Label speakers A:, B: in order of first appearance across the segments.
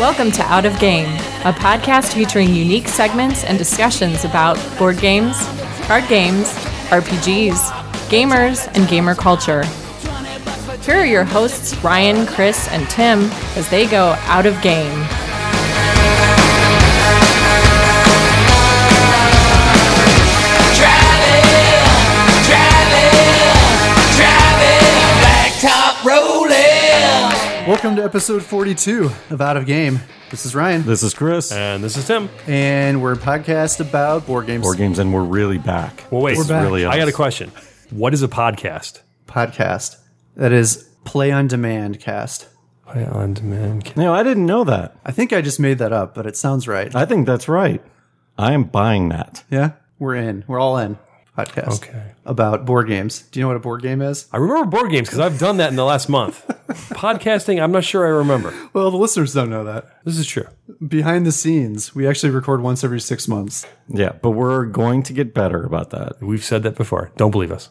A: Welcome to Out of Game, a podcast featuring unique segments and discussions about board games, card games, RPGs, gamers, and gamer culture. Here are your hosts, Ryan, Chris, and Tim, as they go out of game.
B: Welcome to episode 42 of Out of Game. This is Ryan,
C: This is Chris.
D: And this is Tim.
B: and we're a podcast about board games.
C: Board games, and we're really back.
D: Well, wait.
C: This is
B: back.
C: really
D: I got a
C: us.
D: question. What is a podcast?
B: Podcast that is play on demand cast.
D: Play on demand.
C: No, I didn't know that.
B: I think I just made that up, but it sounds right.
C: I think that's right. I am buying that.
B: yeah, we're in. We're all in. Podcast
D: Okay.
B: about board games. Do you know what a board game is?
D: I remember board games because I've done that in the last month. Podcasting, I'm not sure I remember.
B: Well, the listeners don't know that.
D: This is true.
B: Behind the scenes, we actually record once every six months.
C: Yeah, but we're going to get better about that.
D: We've said that before. Don't believe us.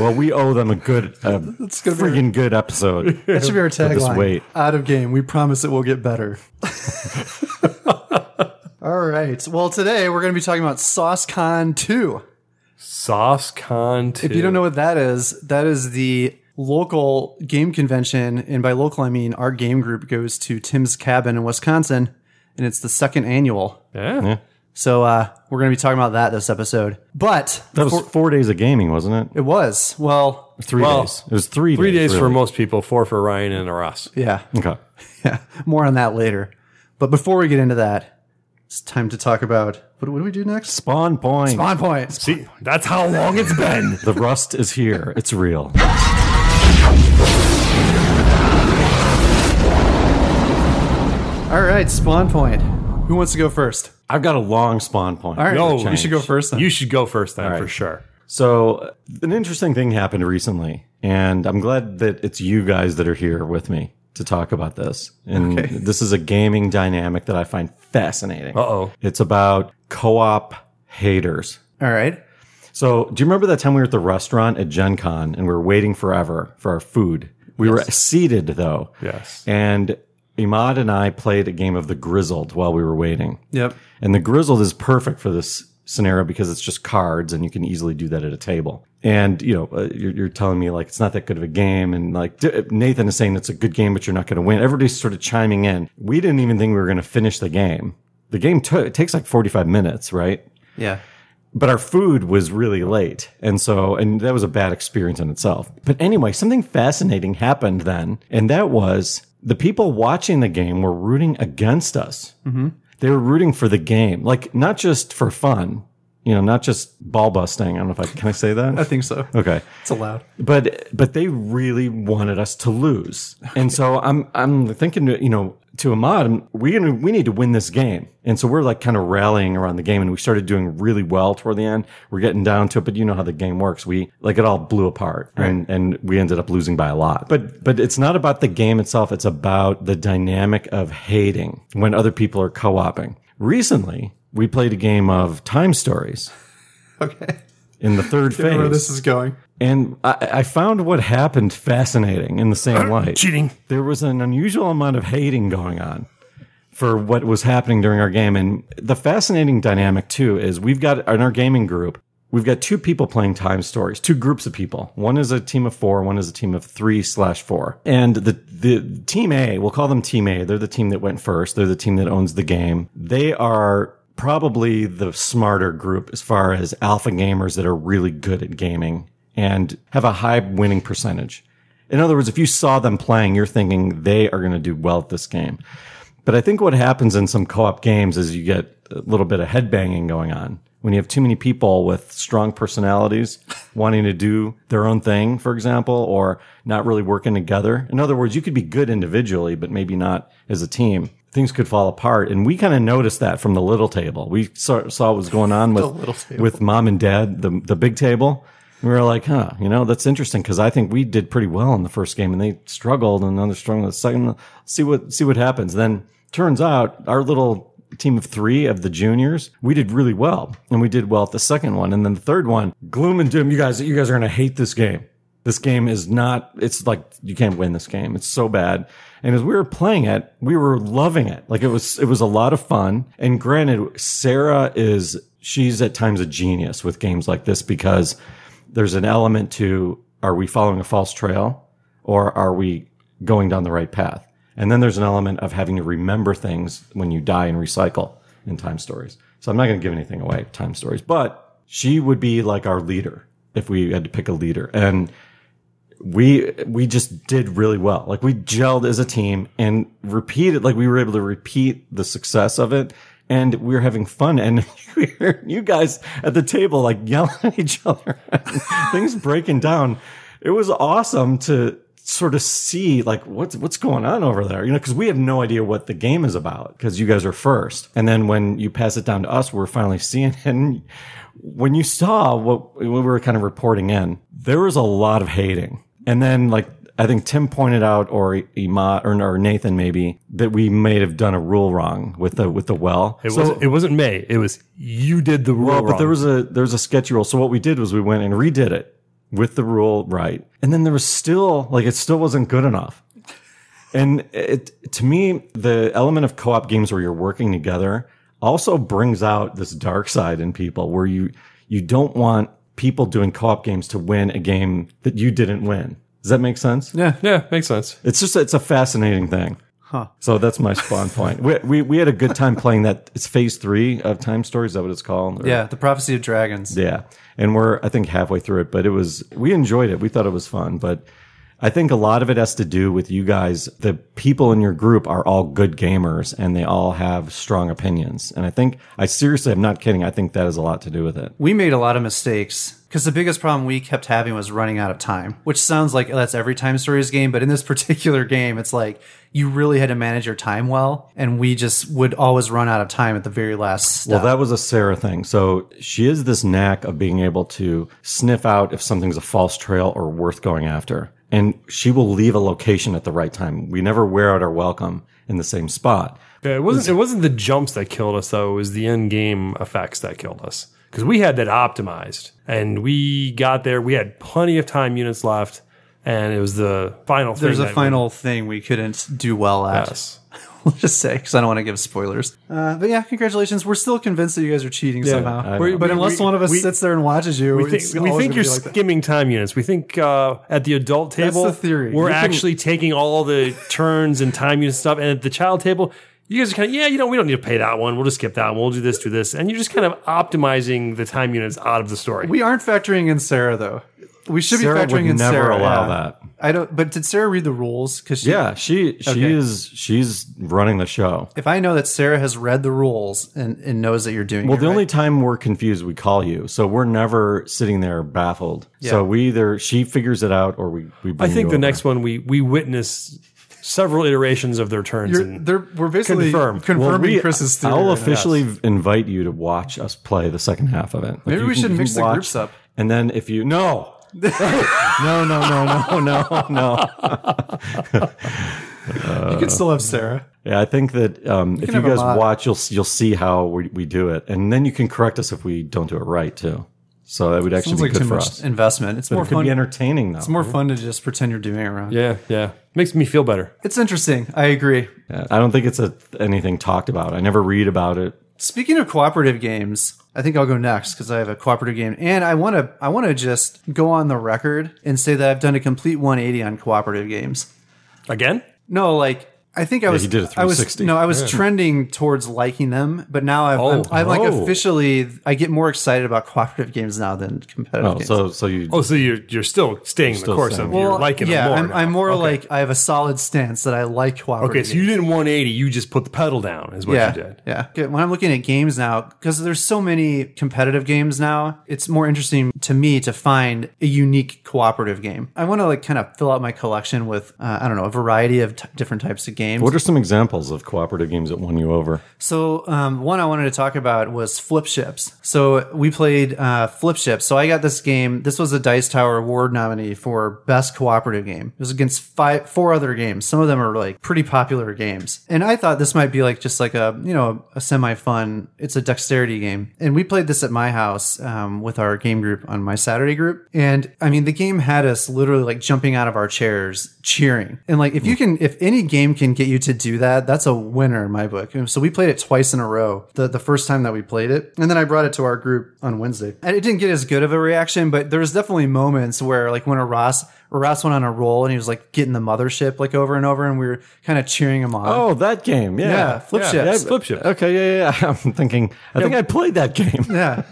C: Well, we owe them a good, a
B: gonna be our-
C: freaking good episode.
B: That should be our
C: just
B: tagline.
C: wait.
B: Out of game. We promise it will get better. All right. Well, today we're going to be talking about SauceCon 2.
D: SauceCon 2.
B: If you don't know what that is, that is the local game convention. And by local, I mean our game group goes to Tim's Cabin in Wisconsin, and it's the second annual.
D: Yeah.
B: So uh, we're going to be talking about that this episode. But
C: That was four days of gaming, wasn't it?
B: it was, well,
C: Three
D: Well,
C: days. It was three.
D: Three days for
C: really.
D: most people, four for Ryan and Ross.
B: yeah,
C: Okay.
B: yeah. More on that later. But before we get into that, it's time to talk about what, what do we do next?
C: Spawn point.
B: Spawn point.
D: See, that's how long it's been.
C: The rust is here. It's real.
B: All right, spawn point. Who wants to go first?
C: I've got a long spawn point.
B: All right,
D: No,
B: you should go first then.
D: you should go first then, for
C: right.
D: sure.
C: So, uh, an interesting thing happened recently, and I'm glad that it's you guys that are here with me to talk about this. And this is a gaming dynamic that I find fascinating.
D: Uh-oh.
C: It's about co op haters.
B: All right.
C: So, do you remember that time we were at the restaurant at Gen Con and we were waiting forever for our food? We were seated though.
D: Yes.
C: And Imad and I played a game of the Grizzled while we were waiting.
B: Yep.
C: And the grizzled is perfect for this scenario because it's just cards and you can easily do that at a table. And, you know, uh, you're, you're telling me like it's not that good of a game. And like D- uh, Nathan is saying it's a good game, but you're not going to win. Everybody's sort of chiming in. We didn't even think we were going to finish the game. The game took, it takes like 45 minutes, right?
B: Yeah.
C: but our food was really late. And so, and that was a bad experience in itself. But anyway, something fascinating happened then. And that was the people watching the game were rooting against us.
B: Mm-hmm.
C: They were rooting for the game, like not just for fun, you know, not just ball busting. I don't know if I can I say
B: I
C: that.
B: think so.
C: Okay
B: It's allowed.
C: but but they really wanted us to lose, and so I'm I'm thinking you know to Ahmad we gonna we need to win this game, and so we're like kind of rallying around the game, and we started doing really well toward the end. We're getting down to it, but you know how the game works. We like it all blew apart, and and we ended up losing by a lot. But but it's not about the game itself; it's about the dynamic of hating when other people are co-oping. Recently, we played a game of time stories
B: Okay.
C: in the third phase.
B: Where this is going.
C: And I, I found what happened fascinating in the same light.
D: Cheating.
C: There was an unusual amount of hating going on for what was happening during our game. And the fascinating dynamic, too, is we've got in our gaming group, we've got two people playing time stories, two groups of people. One is a team of four, one is a team of three slash four. And the, the team A, we'll call them team A, they're the team that went first, they're the team that owns the game. They are probably the smarter group as far as alpha gamers that are really good at gaming and have a high winning percentage. In other words, if you saw them playing, you're thinking they are going to do well at this game. But I think what happens in some co-op games is you get a little bit of headbanging going on. When you have too many people with strong personalities wanting to do their own thing, for example, or not really working together. In other words, you could be good individually, but maybe not as a team. Things could fall apart. And we kind of noticed that from the little table. We saw, saw what was going on with, with mom and dad, the, the big table. We were like, huh, you know, that's interesting because I think we did pretty well in the first game and they struggled and then they struggled in the second. See what see what happens. Then turns out our little team of three of the juniors, we did really well. And we did well at the second one. And then the third one, gloom and doom, you guys you guys are gonna hate this game. This game is not, it's like, you can't win this game. It's so bad. And as we were playing it, we were loving it. Like it was, it was a lot of fun. And granted, Sarah is, she's at times a genius with games like this because there's an element to, are we following a false trail or are we going down the right path? And then there's an element of having to remember things when you die and recycle in time stories. So I'm not going to give anything away, time stories, but she would be like our leader if we had to pick a leader. And we we just did really well. Like we gelled as a team and repeated like we were able to repeat the success of it and we were having fun and we heard you guys at the table like yelling at each other things breaking down. It was awesome to sort of see like what's what's going on over there. You know, cuz we have no idea what the game is about cuz you guys are first. And then when you pass it down to us, we're finally seeing it. And when you saw what we were kind of reporting in, there was a lot of hating. And then like I think Tim pointed out, or Ima, or, or Nathan maybe, that we may have done a rule wrong with the with the well.
D: It, wasn't, it wasn't May. It was you did the rule
C: Well, but
D: wrong.
C: there was a there was a sketchy rule. So what we did was we went and redid it with the rule right, and then there was still like it still wasn't good enough. And it to me, the element of co-op games where you're working together also brings out this dark side in people where you you don't want people doing co-op games to win a game that you didn't win. Does that make sense?
D: yeah, makes sense.
C: It's just it's a fascinating thing. Huh. So that's my spawn point. We, we we had a good time playing that. It's phase three of Time Stories. Is that what it's called? Or-
B: Yeah, the prophecy of dragons.
C: yeah. And we're, I think, halfway through it, but it was, we enjoyed it. We thought it was fun. But I think a lot of it has to do with you guys. The people in your group are all good gamers and they all have strong opinions. And I think, I seriously, I'm not kidding. I think that has a lot to do with it.
B: We made a lot of mistakes because the biggest problem we kept having was running out of time, which sounds like that's every time stories game, but in this particular game, it's like you really had to manage your time well, and we just would always run out of time at the very last step.
C: Well, that was a Sarah thing. So she has this knack of being able to sniff out if something's a false trail or worth going after. And she will leave a location at the right time. We never wear out our welcome in the same spot.
D: Yeah, it wasn't. It wasn't the jumps that killed us though. It was the end game effects that killed us because we had that optimized and we got there. We had plenty of time units left, and it was the final.
B: There's
D: thing
B: a
D: that-
B: final thing we couldn't do well at.
D: Yes.
B: We'll just say because I don't want to give spoilers. Uh, but yeah, congratulations. We're still convinced that you guys are cheating somehow.
C: I know.
B: but unless
D: we-
B: one of us
D: we-
B: sits there and watches you,
D: We
B: it's
D: think, we
B: always
D: think
B: gonna
D: you're
B: be like that.
D: skimming time units. We think uh, at the adult table,
B: the theory.
D: we're
B: You can-
D: actually taking all the turns and time unit stuff. And at the child table, you guys are kind of, yeah, you know, we don't need to pay that one. We'll just skip that one. We'll do this, do this. And you're just kind of optimizing the time units out of the story.
B: We aren't factoring in Sarah though. We should
C: Sarah
B: be factoring
C: would
B: in
C: never
B: Sarah.
C: allow
B: yeah.
C: that.
B: I don't. But did Sarah read the rules? Because
C: Yeah, she she
B: Okay.
C: is she's running the show.
B: If I know that Sarah has read the rules and, and knows that you're doing
C: Well,
B: it
C: the
B: right-
C: only time we're confused, we call you. So we're never sitting there baffled. So we either she figures it out or we we.
D: I
C: bring you
D: think the
C: over.
D: next one, we, we witness several iterations of their turns.
B: you're,
D: and
B: they're, we're basically
D: Confirm.
B: confirming
C: Well, we-
B: Chris's theory.
C: I'll
B: right now.
C: officially invite you to watch us play the second half of it. Like,
B: Maybe
C: you
B: we should
C: you
B: mix the groups up.
C: And then if you no, no, no, no, no, no, no.
B: you can still have Sarah.
C: Yeah, I think that um, if you
B: have a
C: guys
B: lot.
C: watch, you'll you'll see how we, we do it, and then you can correct us if we don't do it right too. So that would actually
B: Sounds
C: be
B: like
C: good
B: too
C: for
B: much
C: us.
B: investment. It's more
C: It could
B: fun.
C: be entertaining though.
B: it's more fun to just pretend you're doing it wrong.
D: yeah, yeah. Makes me feel better.
B: It's interesting. I agree.
C: Yeah, I don't think it's a, anything talked about. I never read about it.
B: Speaking of cooperative games, I think I'll go next because I have a cooperative game, and I want to I want to just go on the record and say that I've done a complete 180 on cooperative games.
D: Again?
B: No, like I think I was
C: he did a
B: I was
C: 360.
B: no, I was trending towards liking them, but now I've, I'm,
D: Oh.
B: I'm like
C: Oh.
B: officially I get more excited about cooperative games now than competitive
C: Oh,
B: games.
C: so so you
D: Oh, so you're, you're still staying the
C: Still
D: course
C: staying.
D: of you're liking
B: yeah,
D: them more.
B: I'm,
D: now.
B: I'm more like I have a solid stance that I like cooperative.
D: Okay, so
B: games.
D: you didn't 180. You just put the pedal down, is what
B: yeah,
D: you did.
B: yeah. Okay, When I'm looking at games now, because there's so many competitive games now, it's more interesting to me to find a unique cooperative game. I want to like kind of fill out my collection with uh, I don't know a variety of t- different types of games.
C: What are some examples of cooperative games that won you over?
B: So um, one I wanted to talk about was Flip Ships. So we played uh, Flip Ships. So I got this game. This was a Dice Tower Award nominee for best cooperative game. It was against five, four other games. Some of them are like pretty popular games, and I thought this might be like just like a you know a semi fun. It's a dexterity game, and we played this at my house um, with our game group on my Saturday group. And I mean, the game had us literally like jumping out of our chairs, cheering. And like, if you can, if any game can get you to do that, that's a winner in my book. And so we played it twice in a row. The the first time that we played it, and then I brought it to our group on Wednesday. And it didn't get as good of a reaction, but there was definitely moments where like when a Ross. Ross went on a roll and he was like getting the mothership like over and over, and we were kind of cheering him on.
C: Oh, that game. Yeah.
B: Yeah, flip ships.
C: Yeah,
D: Flip ships.
C: Okay, yeah, yeah, yeah. I'm thinking, I think I played that game.
B: yeah.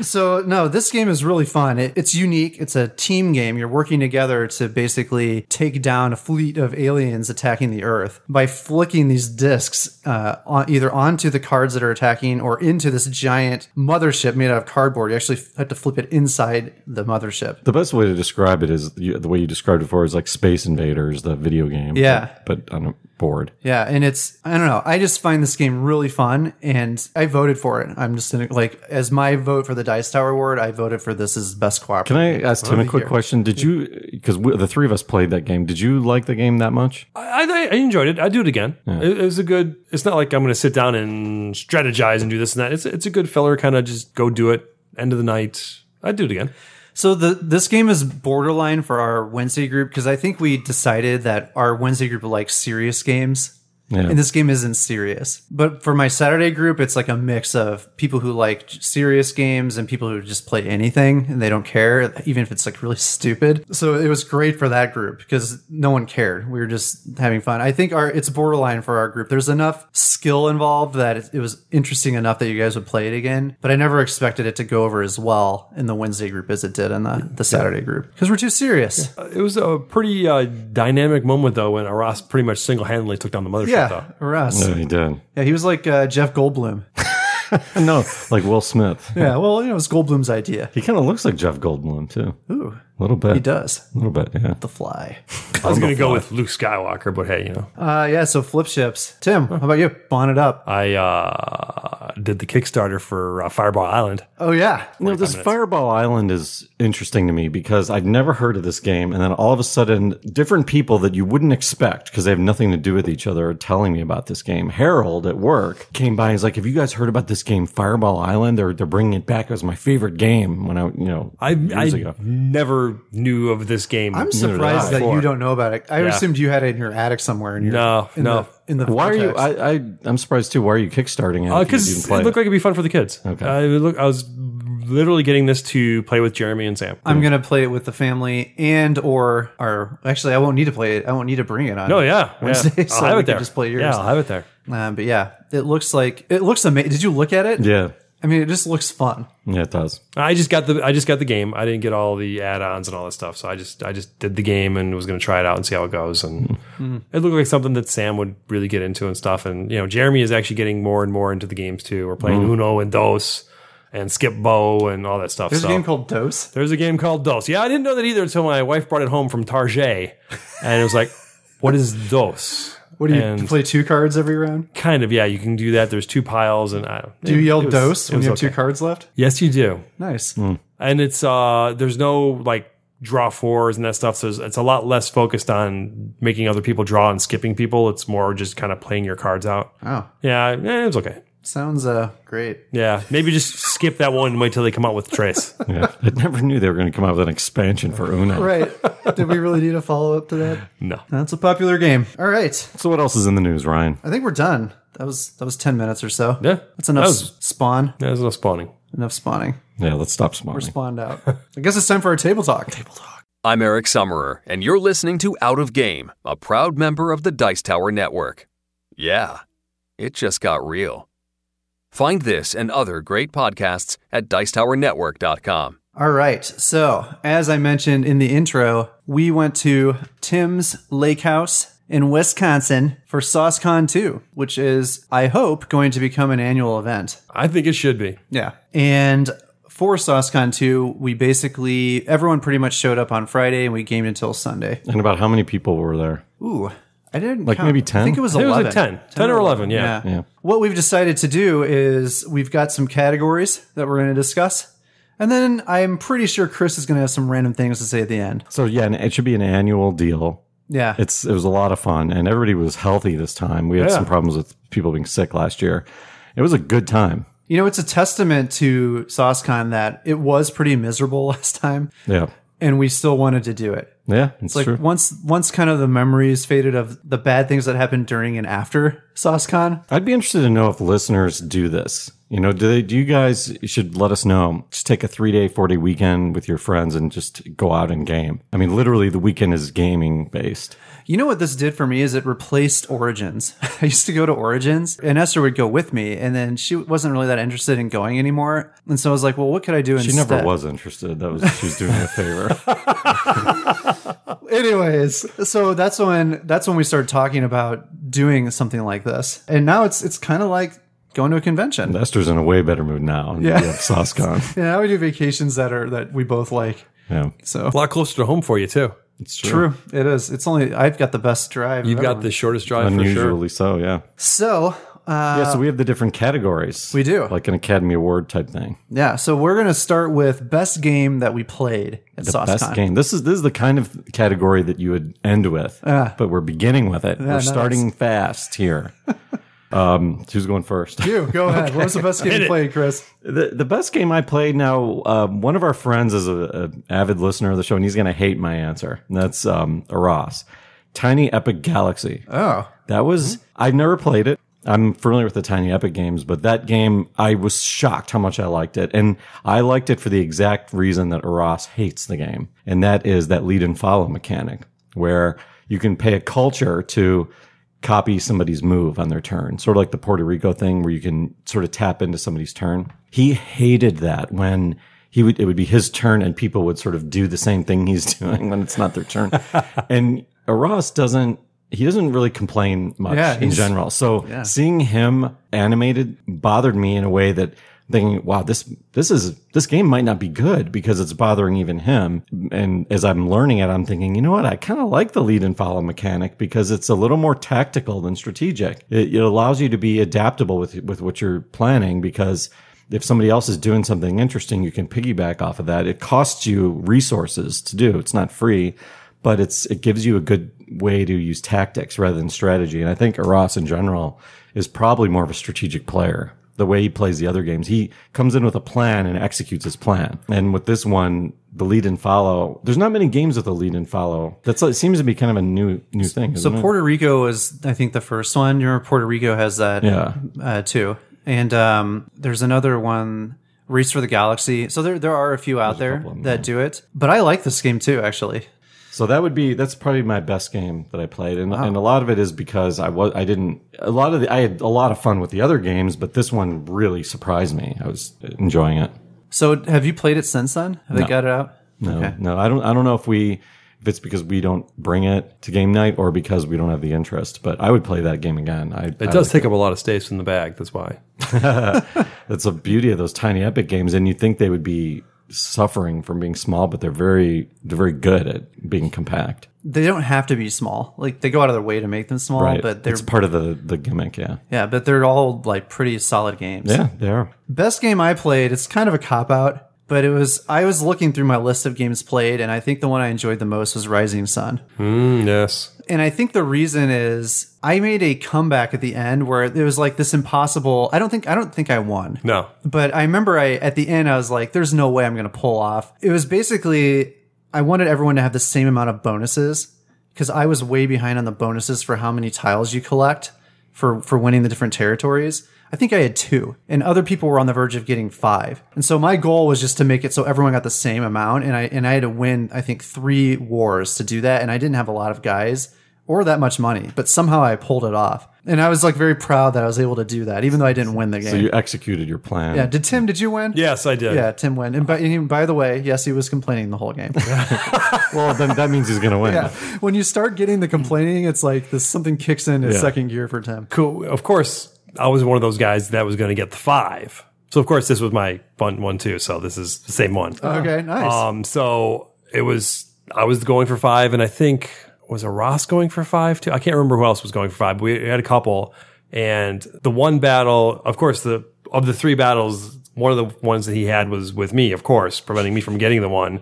B: So no, this game is really fun. It, it's unique. It's a team game. You're working together to basically take down a fleet of aliens attacking the Earth by flicking these discs uh, on, either onto the cards that are attacking or into this giant mothership made out of cardboard. You actually have to flip it inside the mothership.
C: The best way to describe it is you, the way you described it before is like Space Invaders, the video game.
B: Yeah.
C: But, but on a board.
B: Yeah, and it's I don't know. I just find this game really fun, and I voted for it. I'm just gonna, like as my vote for the Dice Tower Award, I voted for this as best cooperative.
C: Can I ask Tim a quick
B: year.
C: question? Did you, because the three of us played that game, did you like the game that much?
D: I, I, I enjoyed it. I'd do it again. It, it was a good. It's not like I'm going to sit down and strategize and do this and that. It's it's a good filler kind of just go do it. End of the night. I'd do it again.
B: So the this game is borderline for our Wednesday group because I think we decided that our Wednesday group likes serious games.
C: Yeah.
B: And this game isn't serious. But for my Saturday group, it's like a mix of people who like serious games and people who just play anything and they don't care, even if it's like really stupid. So it was great for that group because no one cared. We were just having fun. I think our it's borderline for our group. There's enough skill involved that it, it was interesting enough that you guys would play it again. But I never expected it to go over as well in the Wednesday group as it did in the, the Saturday group because we're too serious.
D: Uh, It was a pretty uh, dynamic moment though when Aras pretty much single handedly took down the mothership.
B: Yeah,
D: Though.
B: Russ.
C: No, he did.
B: Yeah, he was like uh, Jeff Goldblum.
C: No, like Will Smith.
B: Yeah, well, you know, it's Goldblum's idea.
C: He kind of looks like Jeff Goldblum, too.
B: Ooh,
C: A little bit.
B: he does.
C: A little bit, yeah.
B: The Fly.
D: I was going to go with Luke Skywalker, but hey, you know,
B: Uh, yeah. So flip ships. Tim, how about you? Bonnet up.
D: I uh, did the Kickstarter for uh, Fireball Island.
B: Oh yeah.
C: No, this Fireball Island is interesting to me because I'd never heard of this game, and then all of a sudden, different people that you wouldn't expect because they have nothing to do with each other are telling me about this game. Harold at work came by. He's like, "Have you guys heard about this game, Fireball Island? They're they're bringing it back. It was my favorite game when I, you know,
D: I, I
C: years ago."
D: never knew of this game.
B: I'm surprised that you don't know about it. I
D: Yeah.
B: assumed you had it in your attic somewhere. In your,
D: No,
B: in
D: no.
B: The, in the
C: Why are you?
B: context.
C: I, I I'm surprised too. Why are you kickstarting it? if you didn't
D: because
C: play
D: Uh, it looked like it'd be fun for the kids.
C: Okay.
D: I, look, I was literally getting this to play with Jeremy and Sam.
B: I'm gonna play it with the family and or or actually I won't need to play it. I won't need to bring it on.
D: Oh yeah,
B: Wednesday,
D: yeah.
B: so
D: I'll have
B: we
D: it
B: can
D: there.
B: just play yours.
D: Yeah, I'll have it there.
B: Um, but yeah, it looks like it looks amazing. Did you look at it?
C: yeah,
B: I mean, it just looks fun.
C: yeah, it does.
D: I just got the I just got the game. I didn't get all the add-ons and all that stuff. So I just I just did the game and was going to try it out and see how it goes. And
B: Mm-hmm.
D: it looked like something that Sam would really get into and stuff. And you know, Jeremy is actually getting more and more into the games too. We're
B: Mm-hmm.
D: playing Uno and Dos and Skip Bow and all that stuff.
B: There's
D: so.
B: a game called Dose.
D: There's a game called Dos. Yeah, I didn't know that either until my wife brought it home from Target, and it was like, "What is Dos?"
B: What do you
D: And-
B: play two cards every round?
D: Kind of, yeah. You can do that. There's two piles, and I don't.
B: Do you yell
D: it was-
B: Dose
D: it
B: when
D: was
B: you have two
D: okay.
B: cards left?
D: Yes, you do.
B: Nice.
D: And it's uh, there's no like draw fours and that stuff. So it's, it's a lot less focused on making other people draw and skipping people. It's more just kind of playing your cards out.
B: Oh,
D: Yeah, eh, it's okay.
B: sounds uh great.
D: Yeah, maybe just skip that one and wait till they come out with Trace.
C: Yeah, I never knew they were going to come out with an expansion for Uno.
B: Right. Did we really need a follow up to that?
D: No.
B: That's a popular game. All right.
C: So what else is in the news, Ryan?
B: I think we're done. That was that was ten minutes or so.
D: Yeah.
B: That's enough
D: That was-
B: s- spawn.
D: There's no spawning.
B: Enough spawning.
C: Yeah, let's stop smiling.
B: We're spawned out. I guess it's time for our table talk. Table talk.
E: I'm Eric Summerer, and you're listening to Out of Game, a proud member of the Dice Tower Network. Yeah, it just got real. Find this and other great podcasts at dicetowernetwork.com.
B: All right. So as I mentioned in the intro, we went to Tim's Lake House in Wisconsin for SauceCon 2, which is, I hope, going to become an annual event.
D: I think it should be.
B: Yeah. And for SauceCon 2, we basically, everyone pretty much showed up on Friday and we gamed until Sunday.
C: And about how many people were there?
B: Ooh, I didn't
C: Like
B: count.
C: maybe
B: I think
C: 10?
B: it was
D: I think it was
B: eleven.
D: like 10. 10 or 11, yeah.
C: Yeah.
B: What we've decided to do is we've got some categories that we're going to discuss, and then I'm pretty sure Chris is going to have some random things to say at the end.
C: So yeah, and it should be an annual deal.
B: Yeah,
C: It's it was a lot of fun, and everybody was healthy this time. We had
D: Yeah.
C: some problems with people being sick last year. It was a good time.
B: You know, it's a testament to SauceCon that it was pretty miserable last time,
C: Yeah.
B: and we still wanted to do it.
C: Yeah. It's,
B: It's like
C: true.
B: once once kind of the memories faded of the bad things that happened during and after SauceCon.
C: I'd be interested to know if listeners do this. You know, do they? Do you guys you should let us know? Just take a three day, four day weekend with your friends and just go out and game. I mean, literally, the weekend is gaming based.
B: You know what this did for me is it replaced Origins. I used to go to Origins, and Esther would go with me, and then she wasn't really that interested in going anymore. And so I was like, well, what could I do
C: She
B: instead?
C: never was interested. That was she's doing me a favor.
B: Anyways, so that's when that's when we started talking about doing something like this, and now it's it's kind of like going to a convention.
C: Esther's in a way better mood now. Yeah, we have Soscon.
B: Yeah, now we do vacations that are that we both like.
C: Yeah,
B: So
D: A lot closer to home for you too.
C: it's
B: true, it is. It's only I've got the best drive.
D: You've
B: I've
D: got
B: ever-
D: the shortest drive for sure.
C: Unusually so. Yeah.
B: so. Uh,
C: yeah. So we have the different categories.
B: We do.
C: like an Academy Award type thing.
B: yeah, so we're gonna start with best game that we played at
C: the best
B: SauceCon.
C: game. This is this is the kind of category that you would end with, but we're beginning with it. we're
B: nice.
C: starting fast here. um, who's going first?
B: You go ahead. What was the best game you played, Chris?
C: The, the best game I played. Now, um, one of our friends is a, a avid listener of the show, and he's going to hate my answer. And that's um, Ross, Tiny Epic Galaxy.
B: Oh,
C: That was I've never played it. I'm familiar with the Tiny Epic games, but that game I was shocked how much I liked it, and I liked it for the exact reason that Aras hates the game, and that is that lead and follow mechanic, where you can pay a culture to copy somebody's move on their turn, sort of like the Puerto Rico thing, where you can sort of tap into somebody's turn. He hated that when he would it would be his turn and people would sort of do the same thing he's doing when it's not their turn. and Aras doesn't he doesn't really complain much
B: Yeah,
C: in
B: he's-
C: general. So seeing him animated bothered me in a way that thinking, wow, this this is this game might not be good because it's bothering even him. And as I'm learning it, I'm thinking, you know what? I kind of like the lead and follow mechanic because it's a little more tactical than strategic. It, it allows you to be adaptable with with what you're planning because if somebody else is doing something interesting, you can piggyback off of that. It costs you resources to do. It's not free, but it's it gives you a good way to use tactics rather than strategy. And I think Aras in general is probably more of a strategic player. The way he plays the other games, he comes in with a plan and executes his plan. And with this one, the lead and follow, there's not many games with a lead and follow. That's it seems to be kind of a new new thing.
B: so
C: Isn't it?
B: Puerto Rico was, I think, the first one. You remember Puerto Rico has that
C: Yeah.
B: uh, too, and um, there's another one, Race for the Galaxy. So there there are a few out there
C: couple of them,
B: that do it, but I like this game too, actually.
C: So that would be that's probably my best game that I played, and and a lot of it is because I was I didn't a lot of the, I had a lot of fun with the other games, but this one really surprised me. I was enjoying it.
B: So have you played it since then? Have they got it out?
C: No, no, I don't I don't know if we if it's because we don't bring it to game night or because we don't have the interest, but I would play that game again. I
D: It does take up a lot of space in the bag. That's why.
C: That's the beauty of those tiny epic games, and you think they would be suffering from being small, but they're very they're very good at being compact.
B: They don't have to be small. Like they go out of their way to make them small,
C: Right,
B: but they're
C: it's part of the the gimmick. Yeah,
B: yeah, but they're all like pretty solid games.
C: yeah, they are.
B: Best game I played, it's kind of a cop out, but it was I was looking through my list of games played and I think the one I enjoyed the most was Rising Sun.
D: Mm, yes.
B: And I think the reason is I made a comeback at the end where it was like this impossible I don't think I don't think I won.
D: No.
B: But I remember I at the end I was like, there's no way I'm gonna pull off. It was basically I wanted everyone to have the same amount of bonuses because I was way behind on the bonuses for how many tiles you collect for for winning the different territories. I think I had two, and other people were on the verge of getting five. And so my goal was just to make it so everyone got the same amount, and I and I had to win I think three wars to do that, and I didn't have a lot of guys or that much money, but somehow I pulled it off. And I was like very proud that I was able to do that, even though I didn't win the game.
C: So you executed your plan.
B: Yeah. Did Tim? Did you win?
D: Yes, I did.
B: Yeah, Tim won. And by, and by the way, yes, he was complaining the whole game.
C: Well, then that means he's going to win.
B: yeah. When you start getting the complaining, it's like this something kicks in in second gear for Tim.
D: Cool. Of course, I was one of those guys that was going to get the five. So of course, this was my fun one too. So this is the same one.
B: Okay, nice.
D: Um, so it was I was going for five, and I think was a Ross going for five too. I can't remember who else was going for five. But we had a couple, and the one battle, of course, the of the three battles, one of the ones that he had was with me, of course, preventing me from getting the one.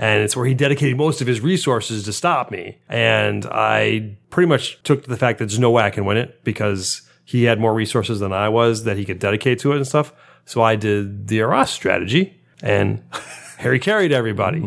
D: And it's where he dedicated most of his resources to stop me. And I pretty much took to the fact that there's no way I can win it because he had more resources than I was that he could dedicate to it and stuff. So I did the Arras strategy and Harry carried everybody.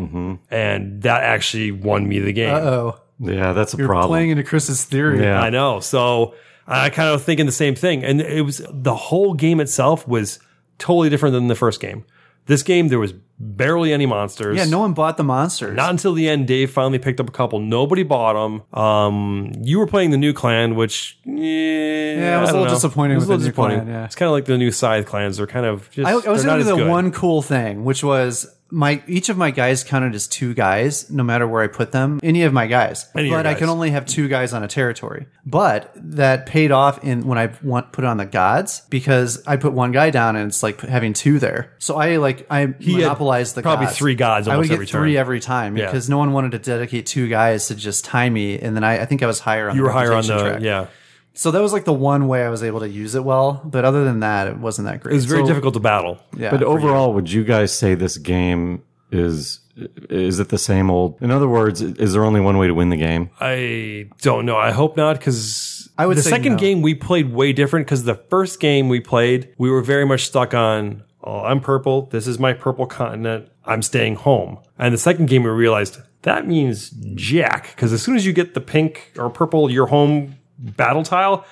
D: And that actually won me the game.
B: Oh,
C: Yeah, that's a
B: you're
C: problem.
B: playing into Chris's theory.
C: Yeah.
D: I know. So I kind of was thinking the same thing. And it was the whole game itself was totally different than the first game. This game, there was barely any monsters.
B: Yeah, no one bought the monsters.
D: Not until the end, Dave finally picked up a couple. Nobody bought them. Um, you were playing the new clan, which yeah,
B: it was a
D: I don't
B: little
D: know.
B: disappointing
D: It was a
B: with
D: little
B: the new clan,
D: disappointing.
B: yeah.
D: It's kind of like the new scythe clans. They're kind of just.
B: I, I was
D: they're not
B: into
D: as
B: the
D: good.
B: one cool thing, which was my each of my guys counted as two guys, no matter where I put them. Any of my guys,
D: Any of your
B: but I
D: guys.
B: can only have two guys on a territory. But that paid off in when I want, put on the gods because I put one guy down and it's like having two there. So I like I
D: had
B: monopolized the
D: probably
B: gods.
D: three gods
B: I would
D: almost
B: get
D: every turn.
B: three every time
D: Yeah.
B: because no one wanted to dedicate two guys to just tie me. And then I, I think I was higher on
D: You
B: the
D: were higher on the
B: reputation track.
D: yeah.
B: So that was like the one way I was able to use it well. But other than that, it wasn't that great.
D: It was very difficult to battle.
B: Yeah,
C: but overall, would you guys say this game is is it the same old? In other words, is there only one way to win the game?
D: I don't know. I hope not because
B: I would
D: the
B: say
D: second
B: no.
D: game we played way different because the first game we played we were very much stuck on oh I'm purple. This is my purple continent. I'm staying home. And the second game we realized that means jack because as soon as you get the pink or purple your home battle tile,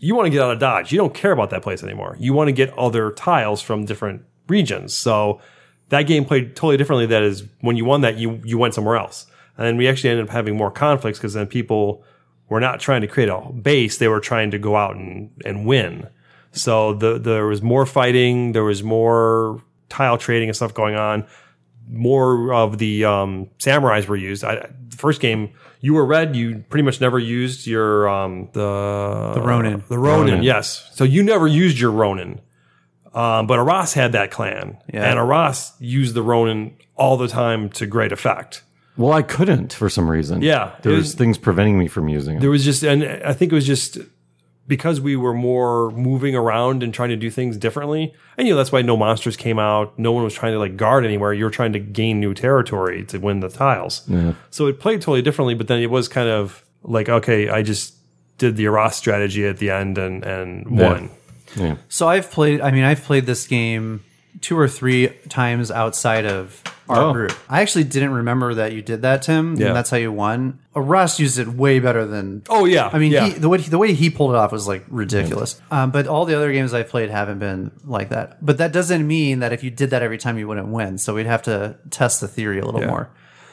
D: you want to get out of Dodge. You don't care about that place anymore. You want to get other tiles from different regions. So that game played totally differently. That is, when you won that, you you went somewhere else, and then we actually ended up having more conflicts because then people were not trying to create a base; they were trying to go out and and win. So the there was more fighting, there was more tile trading and stuff going on. More of the um, samurais were used. I, the first game, you were red. You pretty much never used your um, the the
B: Ronin.
D: The Ronin,
C: Ronin.
D: yes. So you never used your Ronin. Um, but Aras had that clan,
B: Yeah.
D: and Aras used the Ronin all the time to great effect.
C: Well, I couldn't for some reason.
D: Yeah,
C: there
D: it
C: was
D: was-
C: things preventing me from using it.
D: There was just, and I think it was just because we were more moving around and trying to do things differently. And you know that's why no monsters came out. No one was trying to like guard anywhere. You were trying to gain new territory to win the tiles. So it played totally differently. But then it was kind of like, okay, I just did the Aras strategy at the end and and
C: Yeah.
D: won.
C: Yeah.
B: So I've played. I mean, I've played this game two or three times outside of our
C: Oh.
B: group. I actually didn't remember that you did that, Tim.
D: Yeah.
B: And that's how you won. Uh, Russ used it way better than.
D: Oh yeah,
B: I mean,
D: yeah.
B: he, the way the way he pulled it off was like ridiculous. Um, but all the other games I've played haven't been like that. But that doesn't mean that if you did that every time, you wouldn't win. So we'd have to test the theory a little more.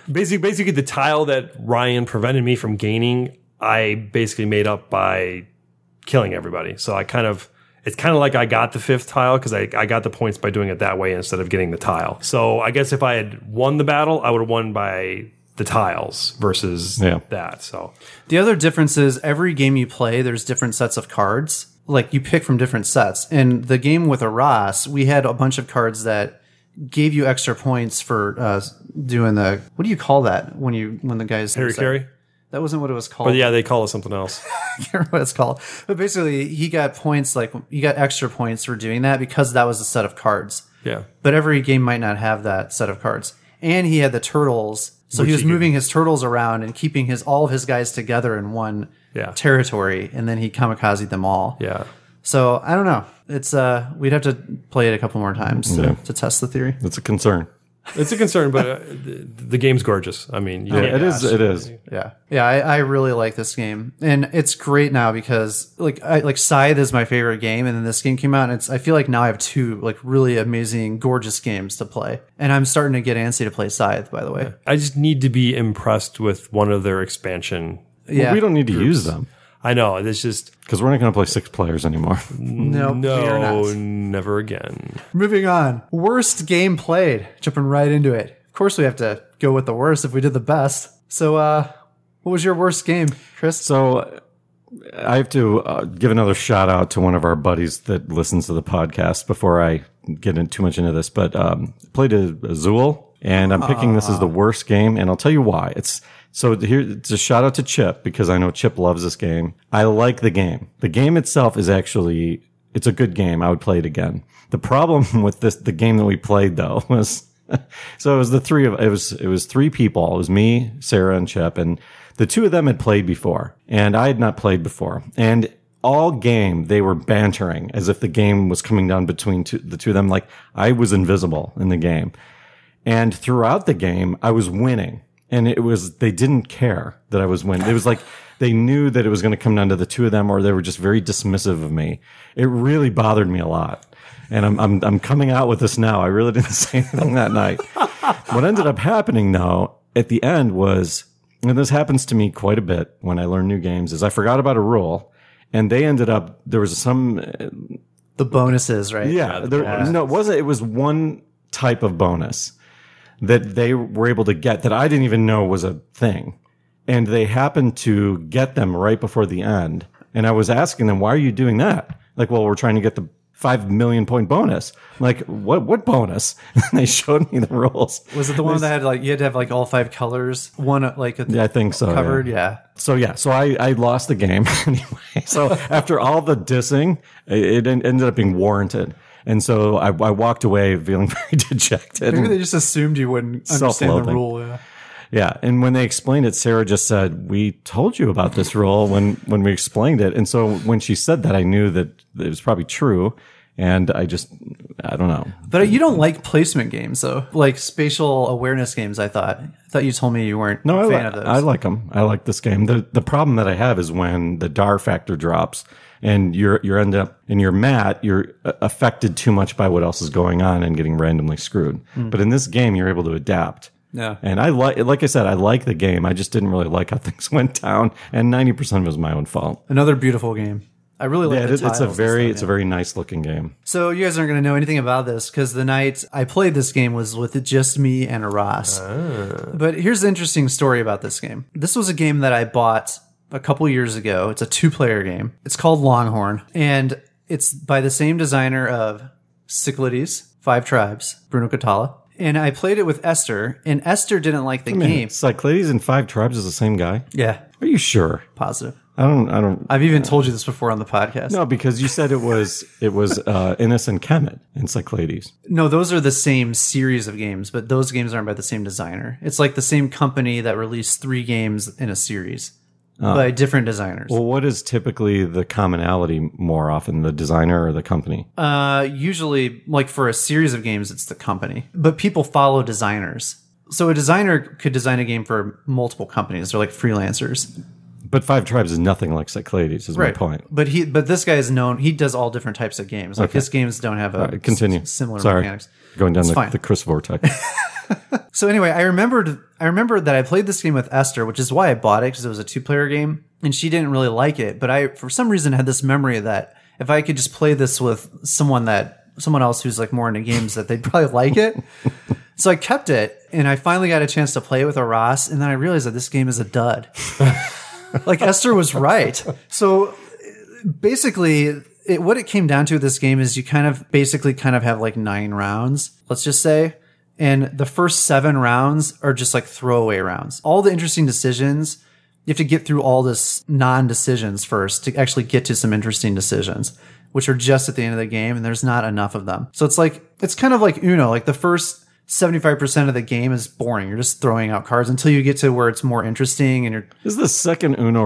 D: basically basically the tile that Ryan prevented me from gaining, I basically made up by killing everybody. So I kind of it's kind of like I got the fifth tile because I, I got the points by doing it that way instead of getting the tile. So I guess if I had won the battle, I would have won by the tiles versus
C: Yeah.
D: that. So
B: The other difference is every game you play, there's different sets of cards. Like you pick from different sets. And the game with Arras, we had a bunch of cards that gave you extra points for uh, doing the what do you call that when you when the guys
D: Harry Carey.
B: That wasn't what it was called.
D: But yeah, they call it something else.
B: remember what it's called. But basically, he got points like you got extra points for doing that because that was a set of cards
D: Yeah.
B: but every game might not have that set of cards. And he had the turtles, so he was moving his turtles around and keeping his all of his guys together in one
D: Yeah.
B: territory, and then he kamikaze them all.
D: Yeah.
B: So I don't know. It's uh, we'd have to play it a couple more times to, to test the theory.
C: That's a concern.
D: It's a concern, but uh, the, the game's gorgeous. I mean, you can't-
C: It is. It is.
B: Yeah, yeah, I, I really like this game, and it's great now because like I like Scythe is my favorite game, and then this game came out, and it's I feel like now I have two like really amazing, gorgeous games to play, and I'm starting to get antsy to play Scythe. By the way,
D: I just need to be impressed with one of their expansion.
B: yeah,
C: we don't need to use them
D: I know it's just
C: because we're not going to play six players anymore.
B: no, we are not.
D: No, never again.
B: Moving on. Worst game played. Jumping right into it. Of course, we have to go with the worst if we did the best. So, uh, what was your worst game, Chris?
C: So I have to uh, give another shout out to one of our buddies that listens to the podcast before I get in too much into this, but um, played a, a Zool, and I'm picking this as the worst game, and I'll tell you why. It's so here. It's a shout out to Chip because I know Chip loves this game. I like the game. The game itself is actually it's a good game. I would play it again. The problem with this the game that we played though was so it was the three of it was it was three people. It was me, Sarah, and Chip, and the two of them had played before, and I had not played before. And all game they were bantering as if the game was coming down between two, the two of them. Like I was invisible in the game, and throughout the game I was winning, and it was they didn't care that I was winning. It was like they knew that it was going to come down to the two of them, or they were just very dismissive of me. It really bothered me a lot. And I'm, I'm, I'm coming out with this now. I really didn't say anything that night. what ended up happening though at the end was, and this happens to me quite a bit when I learn new games, is I forgot about a rule and they ended up, there was some, uh,
B: The bonuses, right?
C: yeah, there, no, it wasn't, it was one type of bonus that they were able to get that I didn't even know was a thing. And they happened to get them right before the end. And I was asking them, why are you doing that? Like, well, we're trying to get the five million point bonus. I'm like, what, what bonus? And they showed me the rules.
B: Was it the one that had like you had to have like all five colors? One uh, like at the
C: Yeah, I think so. yeah.
B: covered, yeah.
C: So yeah, so I, I lost the game anyway. So after all the dissing, it, it en- ended up being warranted. And so I, I walked away feeling very dejected.
B: Maybe they just assumed you wouldn't understand the
C: Hmm. Self-loathing.
B: rule. Yeah.
C: Yeah, and when they explained it, Sarah just said, "We told you about this rule when when we explained it." And so when she said that, I knew that it was probably true. And I just, I don't know.
B: But uh, you don't like placement games though, like spatial awareness games. I thought, I thought you told me you weren't
C: No,
B: a
C: I,
B: fan
C: li-
B: of those.
C: I like them. I like this game. the The problem that I have is when the DAR factor drops, and you're you're end up in your mat, you're uh, affected too much by what else is going on and getting randomly screwed. But in this game, you're able to adapt.
B: Hmm. Yeah.
C: And I like, like I said, I like the game. I just didn't really like how things went down, and ninety percent of it was my own fault.
B: Another beautiful game. I really like
C: Yeah,
B: the
C: it is- it's a
B: tiles and
C: very
B: stuff,
C: it's
B: yeah.
C: a very nice looking game.
B: So you guys aren't going to know anything about this because the night I played this game was with just me and Ross. But here's the interesting story about this game. This was a game that I bought a couple years ago. It's a two-player game. It's called Longhorn, and it's by the same designer of Cyclades, Five Tribes, Bruno Catala. And I played it with Esther, and Esther didn't like the game.
C: Cyclades and Five Tribes is the same guy.
B: Yeah,
C: Are you sure?
B: positive.
C: I don't. I don't.
B: I've even told you this before on the podcast.
C: no, because you said it was it was uh, Innes and Kemet and Cyclades.
B: No, those are the same series of games, but those games aren't by the same designer. It's like the same company that released three games in a series by different designers.
C: Ah. Well, what is typically the commonality more often, the designer or the company?
B: uh, usually, like for a series of games, it's the company, but people follow designers. So a designer could design a game for multiple companies. They're like freelancers,
C: But Five Tribes is nothing like Cyclades. Is my point.
B: But he, but this guy is known. He does all different types of games. Like his games don't have a
C: Continue.
B: s- similar
C: Sorry,
B: mechanics.
C: going down
B: It's
C: the,
B: fine.
C: the Chris vortex.
B: So anyway, I remembered I remembered that I played this game with Esther, which is why I bought it because it was a two player game, and she didn't really like it. But I, for some reason, had this memory that if I could just play this with someone that someone else who's like more into games, that they'd probably like it. So I kept it, and I finally got a chance to play it with a Ross, and then I realized that this game is a dud. like Esther was right. So basically it, what it came down to with this game is you kind of basically kind of have like nine rounds let's just say and the first seven rounds are just like throwaway rounds all the interesting decisions you have to get through all this non-decisions first to actually get to some interesting decisions which are just at the end of the game and there's not enough of them so it's like it's kind of like uno like the first 75% of the game is boring you're just throwing out cards until you get to where it's more interesting and you're
C: this is the second Uno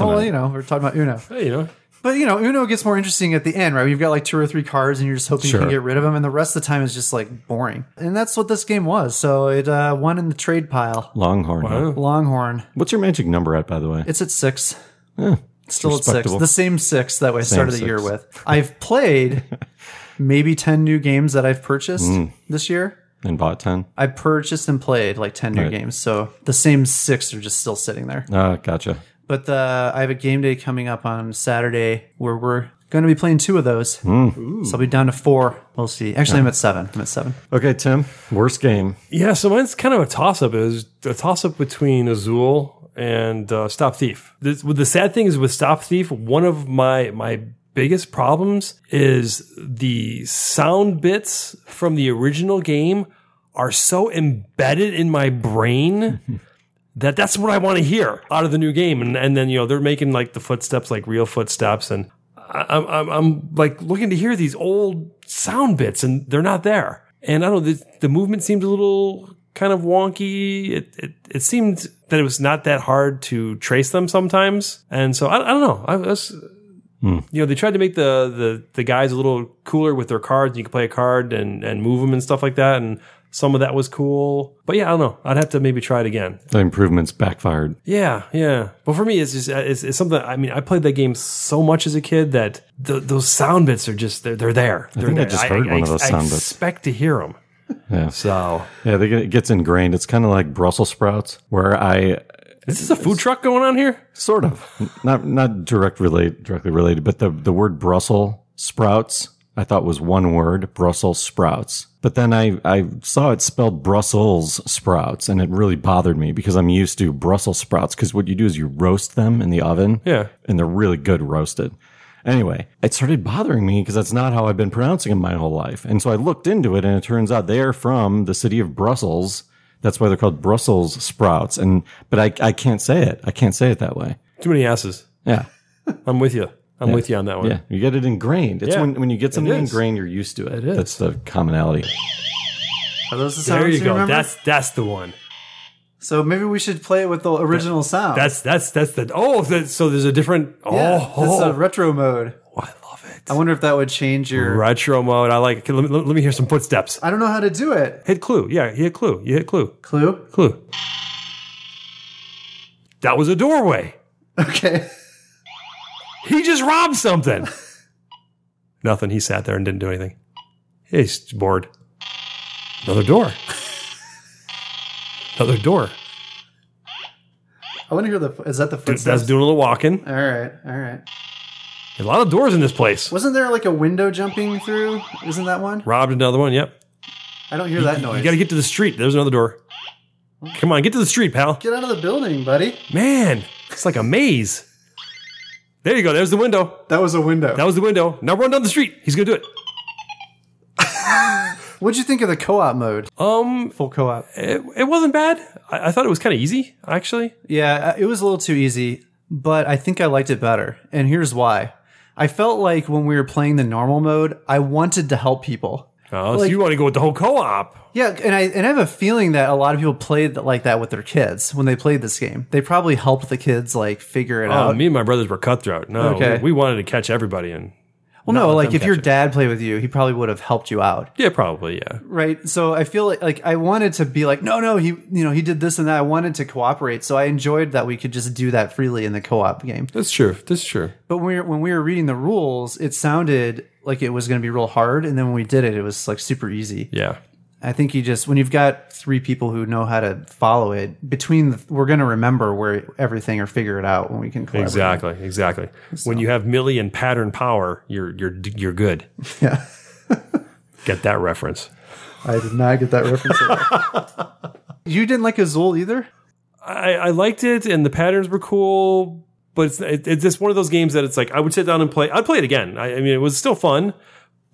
B: um, well
C: tonight.
B: you know we're talking about uno
D: Hey, you know,
B: but you know, Uno gets more interesting at the end, right? You've got like two or three cards, and you're just hoping you
C: Sure.
B: can get rid of them, and the rest of the time is just like boring. And that's what this game was. So it uh, won in the trade pile.
C: Longhorn. huh?
B: Longhorn,
C: What's your magic number at, by the way?
B: it's at six. It's Still at six.
C: Eh, respectable.
B: The same six that I started the year
C: six.
B: with. I've played maybe ten new games that I've purchased
C: Mm.
B: this year.
C: And bot ten.
B: I purchased and played like ten new games, so the same six are just still sitting there.
C: Ah, gotcha.
B: But the, I have a game day coming up on Saturday where we're going to be playing two of those. So I'll be down to four. We'll see. Actually, I'm at seven. I'm at seven.
C: Okay, Tim. Worst game.
D: yeah. So mine's kind of a toss up. It was a toss up between Azul and uh, Stop Thief. This, well, the sad thing is with Stop Thief, one of my my biggest problems is the sound bits from the original game are so embedded in my brain. that that's what I want to hear out of the new game. And and then you know they're making like the footsteps like real footsteps, and I- I'm I'm, I'm like looking to hear these old sound bits, and they're not there. And I don't know the, the movement seemed a little kind of wonky. It, it it seemed that it was not that hard to trace them sometimes, and so I, I don't know. I was You know, they tried to make the, the the guys a little cooler with their cards. and You could play a card and and move them and stuff like that. And some of that was cool. But yeah, I don't know. I'd have to maybe try it again.
C: The improvements backfired.
D: Yeah, yeah. But for me, it's just uh, it's, it's something. I mean, I played that game so much as a kid that th those sound bits are just they're, they're there. They're
C: think I
D: there.
C: just heard one of those
D: ex-
C: sound bits.
D: I expect to hear them.
C: Yeah.
D: So
C: Yeah, they get, it gets ingrained. It's kind of like Brussels sprouts, where I
D: is this a food truck going on here?
C: sort of not not direct relate directly related, but the the word Brussels sprouts I thought was one word, Brussels sprouts. But then I I saw it spelled Brussels sprouts, and it really bothered me because I'm used to Brussels sprouts. Because what you do is you roast them in the oven,
D: Yeah.
C: and they're really good roasted. Anyway, it started bothering me because that's not how I've been pronouncing them my whole life. And so I looked into it, and it turns out they are from the city of Brussels. That's why they're called Brussels sprouts. And but I, I can't say it. I can't say it that way.
D: Too many asses.
C: Yeah,
D: I'm with you. I'm with you on that one.
C: yeah. You get it ingrained. It's
D: Yeah,
C: when when you get something
D: is.
C: ingrained, you're used to it.
D: It is.
C: That's the commonality.
B: Are those the sounds
D: There you go.
B: remember?
D: That's that's the one.
B: so maybe we should play it with the original sound.
D: That's that's that's the oh. That, so there's a different oh.
B: yeah, that's a retro mode.
D: I love
B: I
D: it.
B: wonder if that would change your.
D: Retro mode. I like. It. Okay, Let me, let me hear some footsteps.
B: I don't know how to do it.
D: Hit clue. Yeah, you hit clue. You hit clue.
B: Clue.
D: Clue. That was a doorway.
B: Okay.
D: He just robbed something. Nothing. He sat there and didn't do anything. He's bored. Another door. Another door.
B: I want to hear the. Is that the
D: Dude,
B: footsteps?
D: that's doing a little walking.
B: all right. All right.
D: A lot of doors in this place.
B: Wasn't there like a window jumping through? Isn't that one?
D: Robbed another one. Yep.
B: I don't hear that
D: You
B: noise.
D: got to get to the street. There's another door. Come on, get to the street, pal.
B: Get out of the building, buddy.
D: Man, it's like a maze. There you go. There's the window.
B: That was a window.
D: That was the window. Now run down the street. He's gonna do it.
B: What'd you think of the co-op mode?
D: Um,
B: Full co-op.
D: it, it wasn't bad. I, I thought it was kind of easy, actually.
B: Yeah, uh, it was a little too easy, but I think I liked it better. And here's why. I felt like when we were playing the normal mode, I wanted to help people.
D: Oh, so you want to go with the whole co-op?
B: Yeah, and I and I have a feeling that a lot of people played th- like that with their kids when they played this game. They probably helped the kids like figure it
D: Oh,
B: out.
D: me and my brothers were cutthroat. No,
B: Okay.
D: we, we wanted to catch everybody, and
B: well,
D: not
B: no,
D: let
B: like
D: them
B: if your
D: catch it.
B: dad played with you, he probably would have helped you out.
D: yeah, probably, yeah.
B: right so i feel like, like i wanted to be like no no he you know he did this and that i wanted to cooperate so i enjoyed that we could just do that freely in the co-op game
D: That's true. That's true.
B: but when we were, when we were reading the rules it sounded like it was going to be real hard and then when we did it it was like super easy
D: Yeah,
B: i think you just when you've got three people who know how to follow it between the, we're going to remember where everything or figure it out when we can collaborate.
D: exactly, exactly. When you have Millie and pattern power, you're you're you're good.
B: yeah
D: Get that reference.
B: i did not get that reference at all. you didn't like azul either
D: I, I liked it, and the patterns were cool. But it's, it, it's just one of those games that it's like I would sit down and play. I'd play it again. I, I mean, it was still fun,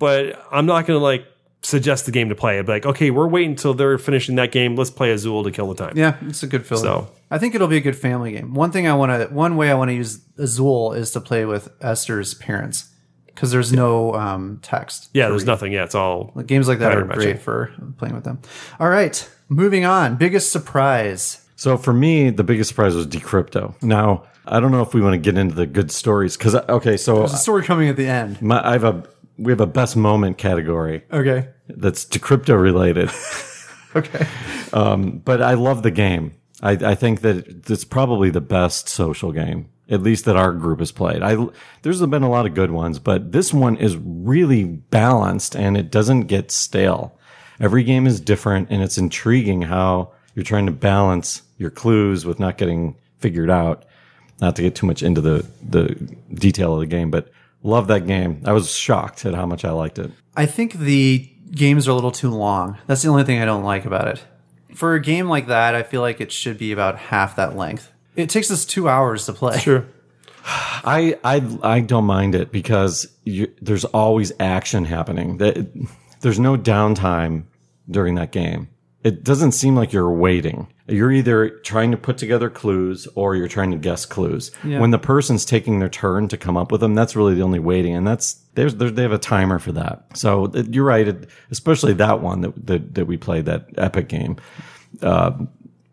D: but I'm not gonna like suggest the game to play. I'd be like, okay, we're waiting until they're finishing that game. Let's play Azul to kill the time.
B: Yeah, it's a good feeling.
D: So-
B: I think it'll be a good family game. One thing I want to, one way I want to use Azul is to play with Esther's parents because there's no um, text.
D: Yeah, there's nothing. Yeah, it's all
B: Like, Games like that
D: Better
B: are
D: matching.
B: great for playing with them. All right, moving on. Biggest surprise.
C: So for me, the biggest surprise was Decrypto. Now I don't know if we want to get into the good stories because okay, so
B: There's a story coming at the end.
C: my, I have a we have a best moment category
B: Okay.
C: that's Decrypto related.
B: Okay.
C: but I love the game. I, I think that it's probably the best social game, at least that our group has played. I there's been a lot of good ones, but this one is really balanced and it doesn't get stale. Every game is different, and it's intriguing how you're trying to balance your clues with not getting figured out. Not to get too much into the the detail of the game, but love that game. I was shocked at how much I liked it.
B: I think the games are a little too long. That's the only thing I don't like about it. For a game like that, I feel like it should be about half that length. It takes us two hours to play.
D: sure.
C: I I I don't mind it because you, there's always action happening. That there's no downtime during that game. It doesn't seem like you're waiting. You're either trying to put together clues or you're trying to guess clues. When the person's taking their turn to come up with them, that's really the only waiting, and that's there's there, they have a timer for that. So it- you're right, it, especially that one that, that that we played that epic game. Uh,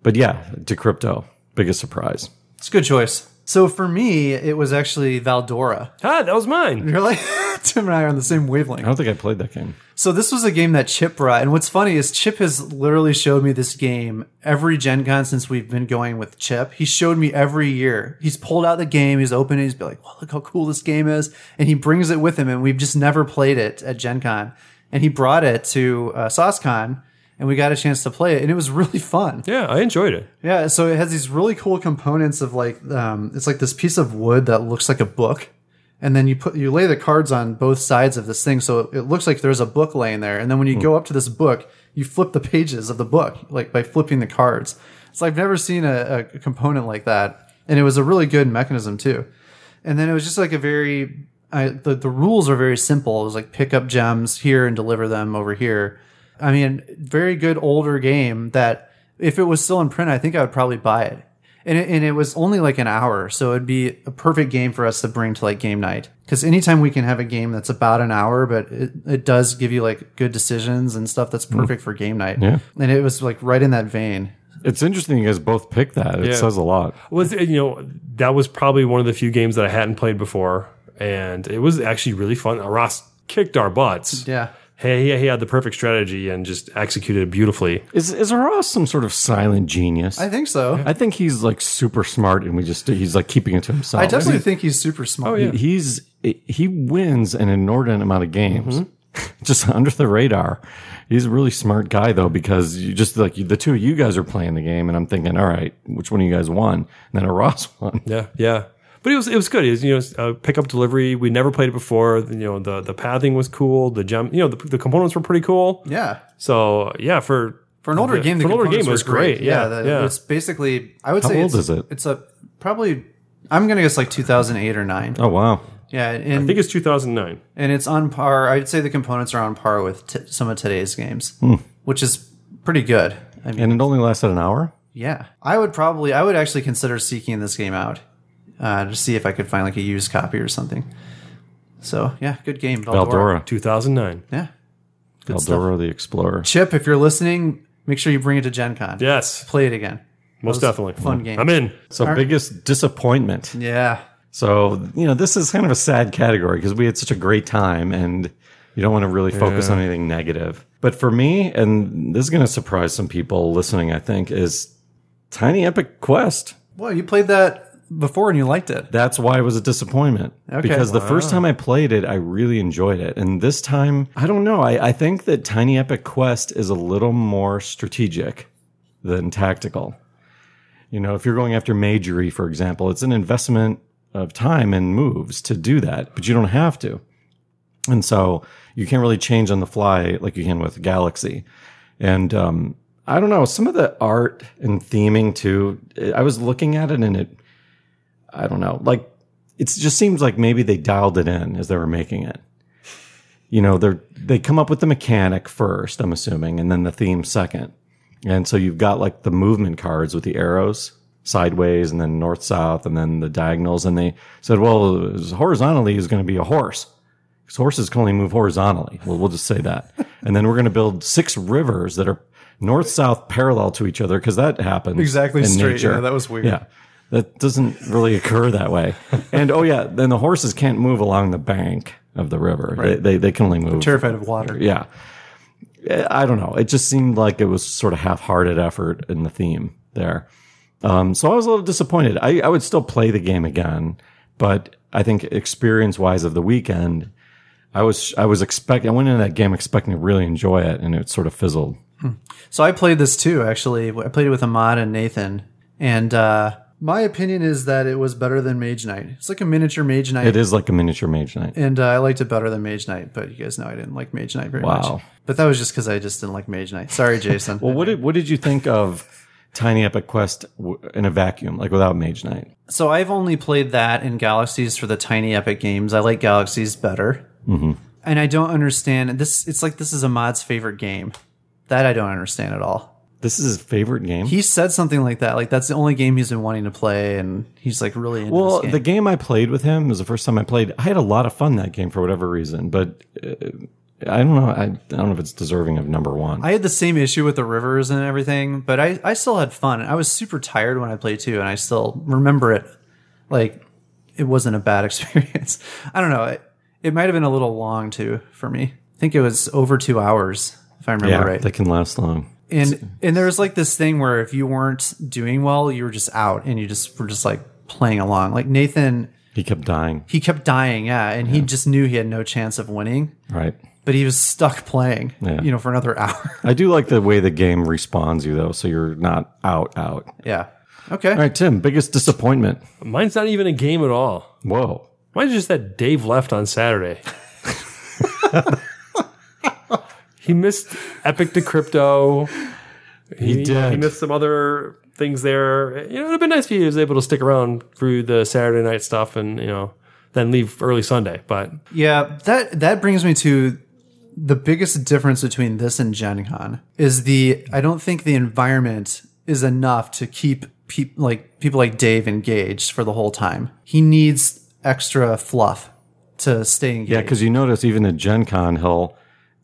C: but yeah, Decrypto, biggest surprise.
B: It's a good choice. So for me, it was actually Valdora.
D: Ah, that was mine.
B: You're like Tim and I are on the same wavelength.
C: I don't think I played that game.
B: So this was a game that Chip brought, and what's funny is Chip has literally showed me this game every Gen Con since we've been going with Chip. He showed me every year. He's pulled out the game, he's opened it, he's been like, "Well, look how cool this game is," and he brings it with him, and we've just never played it at Gen Con. And he brought it to uh, SauceCon, and we got a chance to play it, and it was really fun.
D: Yeah, I enjoyed it.
B: Yeah, so it has these really cool components of like um, it's like this piece of wood that looks like a book, and then you put you lay the cards on both sides of this thing, so it, it looks like there's a book laying there, and then when you go up to this book, you flip the pages of the book like by flipping the cards. So I've never seen a, a component like that, and it was a really good mechanism too. And then it was just like a very I, the the rules are very simple. It was like pick up gems here and deliver them over here. I mean, very good older game that if it was still in print, I think I would probably buy it. And it, and it was only like an hour, so it'd be a perfect game for us to bring to like game night. Because anytime we can have a game that's about an hour, but it, it does give you like good decisions and stuff that's perfect for game night.
C: Yeah.
B: And it was like right in that vein.
C: It's interesting you guys both picked that. It
D: Yeah.
C: says a lot.
D: Was you know that was probably one of the few games that I hadn't played before, and it was actually really fun. Ross kicked our butts.
B: Yeah.
D: Hey, he, he had the perfect strategy and just executed it beautifully.
C: Is is Ross some sort of silent genius?
B: I think so.
C: I think he's like super smart, and we just he's like keeping it to himself.
B: I definitely think he's super smart.
D: Oh, yeah.
C: he's he wins an inordinate amount of games
B: Mm-hmm.
C: just under the radar he's a really smart guy though because you just like the two of you guys are playing the game and i'm thinking all right which one of you guys won and then a ross won
D: Yeah, yeah. But it was it was good. It was, you know, uh, pickup delivery. We never played it before. You know, the the pathing was cool. The gem, you know, the, the components were pretty cool.
B: Yeah.
D: So yeah, for
B: For an older
D: the-
B: game, the
D: for an older game
B: components
D: it was
B: were great.
D: great. Yeah,
B: the-
D: yeah.
B: It's basically, I would
C: How
B: say,
C: old
B: it's,
C: is it?
B: It's a probably, I'm gonna guess like 2008 or nine.
C: oh wow
B: Yeah, and
D: I think it's 2009.
B: and it's on par. I'd say the components are on par with t- some of today's games,
C: Hmm.
B: which is pretty good. I mean,
C: and it only lasted an hour
B: yeah, I would probably, I would actually consider seeking this game out uh, to see if I could find like a used copy or something. So yeah, good game, Valdora.
C: Eldora.
D: 2009.
B: Yeah,
C: Eldora the explorer
B: Chip, if you're listening, make sure you bring it to Gen Con.
D: Yes,
B: play it again.
D: most
B: That was a
D: definitely.
B: fun game.
D: I'm in.
C: so biggest disappointment
B: Yeah,
C: so you know this is kind of a sad category because we had such a great time and you don't want to really focus on anything negative but for me and this is going to surprise some people listening i think is tiny epic quest
B: well, you played that before and you liked it.
C: that's why it was a disappointment.
B: Okay.
C: Because the first time I played it, I really enjoyed it. And this time, I don't know. I, I think that Tiny Epic Quest is a little more strategic than tactical. You know, if you're going after Majory, for example, it's an investment of time and moves to do that, but you don't have to. And so you can't really change on the fly like you can with Galaxy. And um, I don't know, some of the art and theming too, I was looking at it and it, I don't know. Like it just seems like maybe they dialed it in as they were making it. You know, they're they come up with the mechanic first, I'm assuming, and then the theme second. And so you've got like the movement cards with the arrows sideways and then north south and then the diagonals and they said, "Well, horizontally is going to be a horse." Because horses can only move horizontally. Well, we'll just say that. and then we're going to build six rivers that are north south parallel to each other because that happens
B: Exactly
C: in
B: straight.
C: nature.
B: Yeah, that was weird.
C: Yeah. That doesn't really occur that way. And oh yeah, then the horses can't move along the bank of the river. They, they they can only move.
B: Terrified of water.
C: Yeah. I I don't know. It just seemed like it was sort of half-hearted effort in the theme there. Um, so I was a little disappointed. I, I would still play the game again, but I think experience-wise of the weekend, I was I was expecting. I went into that game expecting to really enjoy it, and it sort of fizzled.
B: So I played this too, actually. I played it with Ahmad and Nathan. And uh, my opinion is that it was better than Mage Knight. It's like a miniature Mage Knight.
C: It is like a miniature mage night.
B: And uh, I liked it better than Mage Knight, but you guys know I didn't like Mage Knight very
C: Wow.
B: much. But that was just because I just didn't like Mage Knight. Sorry, Jason.
C: Well, what did what did you think of Tiny Epic Quest w- in a vacuum, like without Mage Knight?
B: so I've only played that in Galaxies for the tiny epic games. I like Galaxies better. Mm-hmm. And I don't understand this. It's like this is Ahmad's favorite game. That I don't understand at all.
C: This is his favorite game.
B: He said something like that. Like that's the only game he's been wanting to play, and he's like really into
C: well,
B: this game.
C: the game I played with him was the first time I played. I had a lot of fun that game for whatever reason, but uh, I don't know. I, I don't know if it's deserving of number one.
B: I had the same issue with the rivers and everything, but I, I still had fun. I was super tired when I played too, and I still remember it like it wasn't a bad experience. I don't know. It, it might have been a little long too for me. I think it was over two hours if I remember
C: Yeah,
B: right.
C: they can last long.
B: and and there was like this thing where if you weren't doing well, you were just out and you just were just like playing along. Like Nathan,
C: He kept dying,
B: he kept dying, yeah, and he just knew he had no chance of winning,
C: right?
B: but he was stuck playing,
C: Yeah.
B: you know, for another hour.
C: I do like the way the game respawns you though, so you're not out out.
B: yeah. Okay.
C: All right, Tim, biggest disappointment.
D: Mine's not even a game at all.
C: Whoa.
D: Mine's just that Dave left on Saturday. he missed Epic to Crypto.
C: He did.
D: He missed some other things there. You know, it'd have been nice if he was able to stick around through the Saturday night stuff and, you know, then leave early Sunday. But
B: Yeah, that that brings me to the biggest difference between this and Gen Con is the I don't think the environment is enough to keep peop like people like Dave engaged for the whole time. He needs extra fluff to stay engaged.
C: Yeah, because you notice even at Gen Con, he'll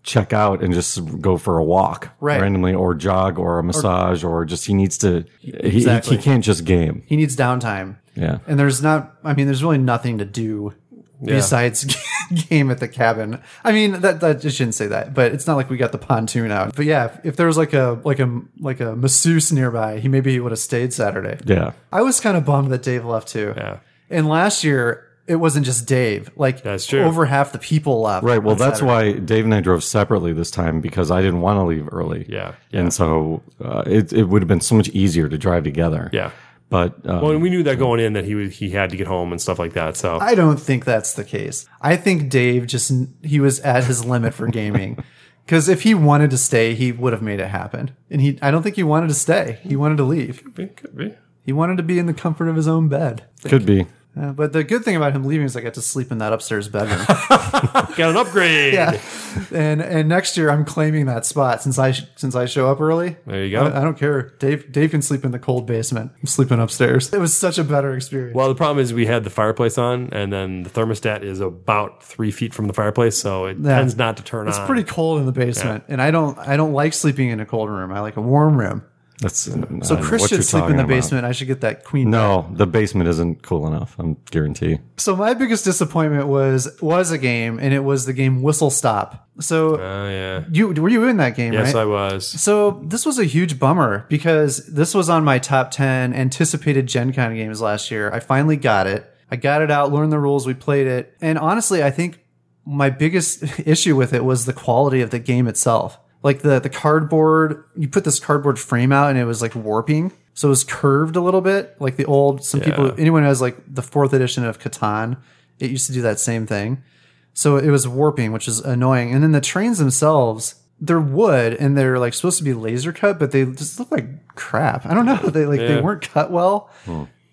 C: check out and just go for a walk
B: Right.
C: randomly or jog or a massage or, just he needs to, he,
B: Exactly.
C: he can't just game.
B: he needs downtime.
C: Yeah.
B: And there's not I mean there's really nothing to do besides game at the cabin. I mean that that I shouldn't say that, but it's not like we got the pontoon out. But yeah, if, if there was like a like a like a masseuse nearby, he maybe he would have stayed Saturday.
C: Yeah.
B: I was kind of bummed that Dave left too.
D: Yeah.
B: And last year it wasn't just Dave. Like
D: That's true.
B: over half the people left.
C: Right. Well,
B: on
C: that's
B: Saturday.
C: why Dave and I drove separately this time because I didn't want to leave early.
D: yeah.
C: And so uh, it, it would have been so much easier to drive together.
D: Yeah.
C: But um,
D: Well, and we knew that going in that he was, he had to get home and stuff like that. So
B: I don't think that's the case. I think Dave just he was at his limit for gaming. Cuz if he wanted to stay, he would have made it happen. And he I don't think he wanted to stay. He wanted to leave.
D: could be.
B: He wanted to be in the comfort of his own bed.
C: could be.
B: Uh, but the good thing about him leaving is I got to sleep in that upstairs bedroom.
D: Got an upgrade.
B: yeah. And and next year I'm claiming that spot since I sh- since I show up early.
D: There you go.
B: I, I don't care. Dave Dave can sleep in the cold basement. I'm sleeping upstairs. It was such a better experience.
D: Well, the problem is we had the fireplace on, and then the thermostat is about three feet from the fireplace, so it
B: Yeah.
D: tends not to turn
B: it's
D: on.
B: pretty cold in the basement, and I don't I don't like sleeping in a cold room. I like a warm room.
C: That's uh,
B: So Chris should sleep in the basement. I should get that queen. bed.
C: No, the basement isn't cool enough. I'm guarantee.
B: So my biggest disappointment was was a game, and it was the game Whistle Stop. So
D: Oh yeah.
B: you were you in that game?
D: Yes,
B: right?
D: I was.
B: So this was a huge bummer because this was on my top 10 anticipated Gen Con games last year. I finally got it. I got it out, learned the rules, we played it. And honestly, I think my biggest issue with it was the quality of the game itself. Like the the cardboard, you put this cardboard frame out and it was like warping. So it was curved a little bit, like the old some people anyone who has like the 4th edition of Catan, it used to do that same thing. So it was warping, which is annoying. And then the trains themselves, they're wood and they're like supposed to be laser cut, but they just look like crap. I don't know. They like they weren't cut well.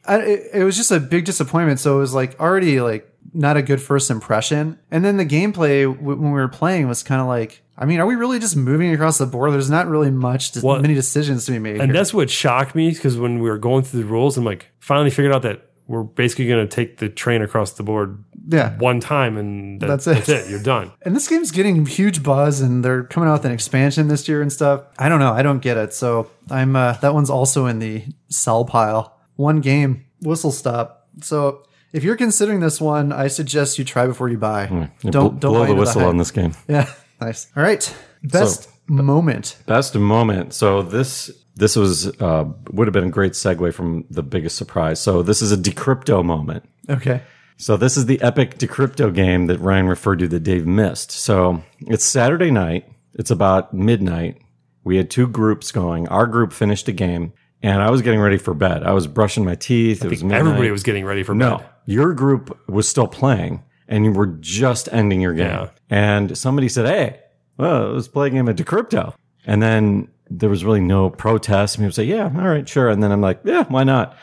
B: I, it, it was just a big disappointment. So it was like already like not a good first impression. And then the gameplay w- when we were playing was kind of like, I mean, are we really just moving across the board? There's not really much,
D: Well,
B: many decisions to be made.
D: And
B: here.
D: that's what shocked me because when we were going through the rules, I'm like, finally figured out that we're basically going to take the train across the board
B: yeah.
D: one time, and that-
B: That's it.
D: That's it. You're done.
B: And this game's getting huge buzz, and they're coming out with an expansion this year and stuff. I don't know. I don't get it. So I'm uh, that one's also in the sell pile. One game, Whistle Stop. So if you're considering this one, I suggest you try before you buy.
C: Yeah,
B: Don't
C: bl-
B: don't
C: Hmm. blow
B: buy
C: the
B: into
C: whistle
B: hype.
C: on this uh, game.
B: Yeah, nice. All right, best moment.
C: Best moment. So this this was uh, would have been a great segue from the biggest surprise. So this is a decrypto moment.
B: Okay.
C: So this is the epic decrypto game that Ryan referred to that Dave missed. So it's Saturday night. It's about midnight. We had two groups going. Our group finished a game, and I was getting ready for bed. I was brushing my teeth. it was midnight.
D: Everybody was getting ready for
C: No,
D: bed.
C: your group was still playing, and you were just ending your game.
D: Yeah.
C: And somebody said, "Hey, well, let's play a game of Decrypto." And then there was really no protest. And people say, "Yeah, all right, sure." And then I'm like, "Yeah, why not?"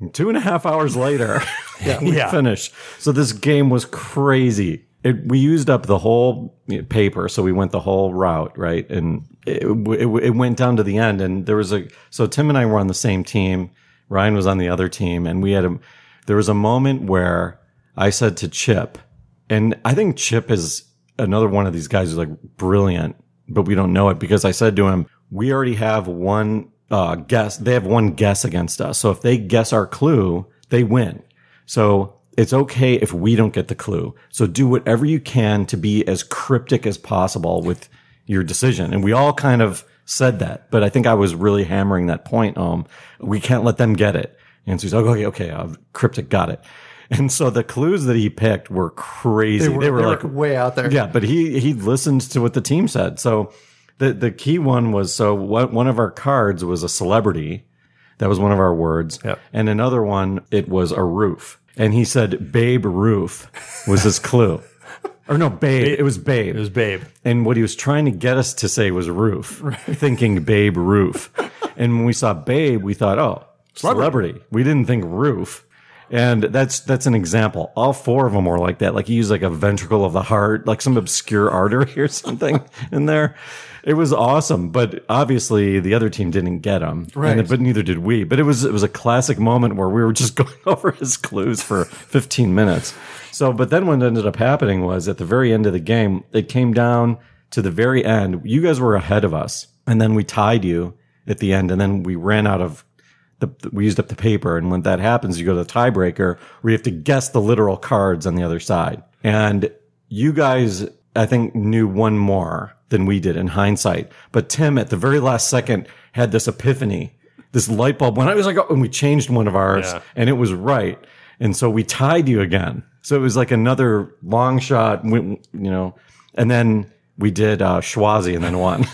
C: And two and a half hours later, we
D: Yeah.
C: finished. So this game was crazy. It, we used up the whole you know, paper, so we went the whole route, right? And it, it, it went down to the end, and there was a. So Tim and I were on the same team. Ryan was on the other team, and we had a. There was a moment where I said to Chip, and I think Chip is another one of these guys who's like brilliant, but we don't know it because I said to him, we already have one uh, guess. They have one guess against us. So if they guess our clue, they win. So it's okay if we don't get the clue. So do whatever you can to be as cryptic as possible with your decision. And we all kind of said that, but I think I was really hammering that point home. We can't let them get it. And so he's like, okay, okay, uh, cryptic, got it. And so the clues that he picked were crazy.
B: They were, they were like way out there.
C: Yeah, but he he listened to what the team said. So the the key one was so what one of our cards was a celebrity. That was one of our words.
D: Yep.
C: And another one it was a roof. And he said Babe Roof was his clue. or no, Babe. It was Babe.
D: It was Babe.
C: And what he was trying to get us to say was roof, thinking Babe Roof. and when we saw Babe, we thought, oh, celebrity. We didn't think roof. And that's that's an example. All four of them were like that. Like he used like a ventricle of the heart, like some obscure artery or something in there. It was awesome, but obviously the other team didn't get him.
B: Right.
C: but neither did we. But it was it was a classic moment where we were just going over his clues for 15 minutes. So, but then what ended up happening was at the very end of the game, it came down to the very end. You guys were ahead of us, and then we tied you at the end, and then we ran out of the, we used up the paper. And when that happens, you go to the tiebreaker where you have to guess the literal cards on the other side. And you guys, I think, knew one more than we did in hindsight. But Tim, at the very last second, had this epiphany, this light bulb went. I was like, oh, and we changed one of ours
D: Yeah.
C: and it was right. And so we tied you again. So it was like another long shot, we- you know, and then we did uh, Schwazi and then won.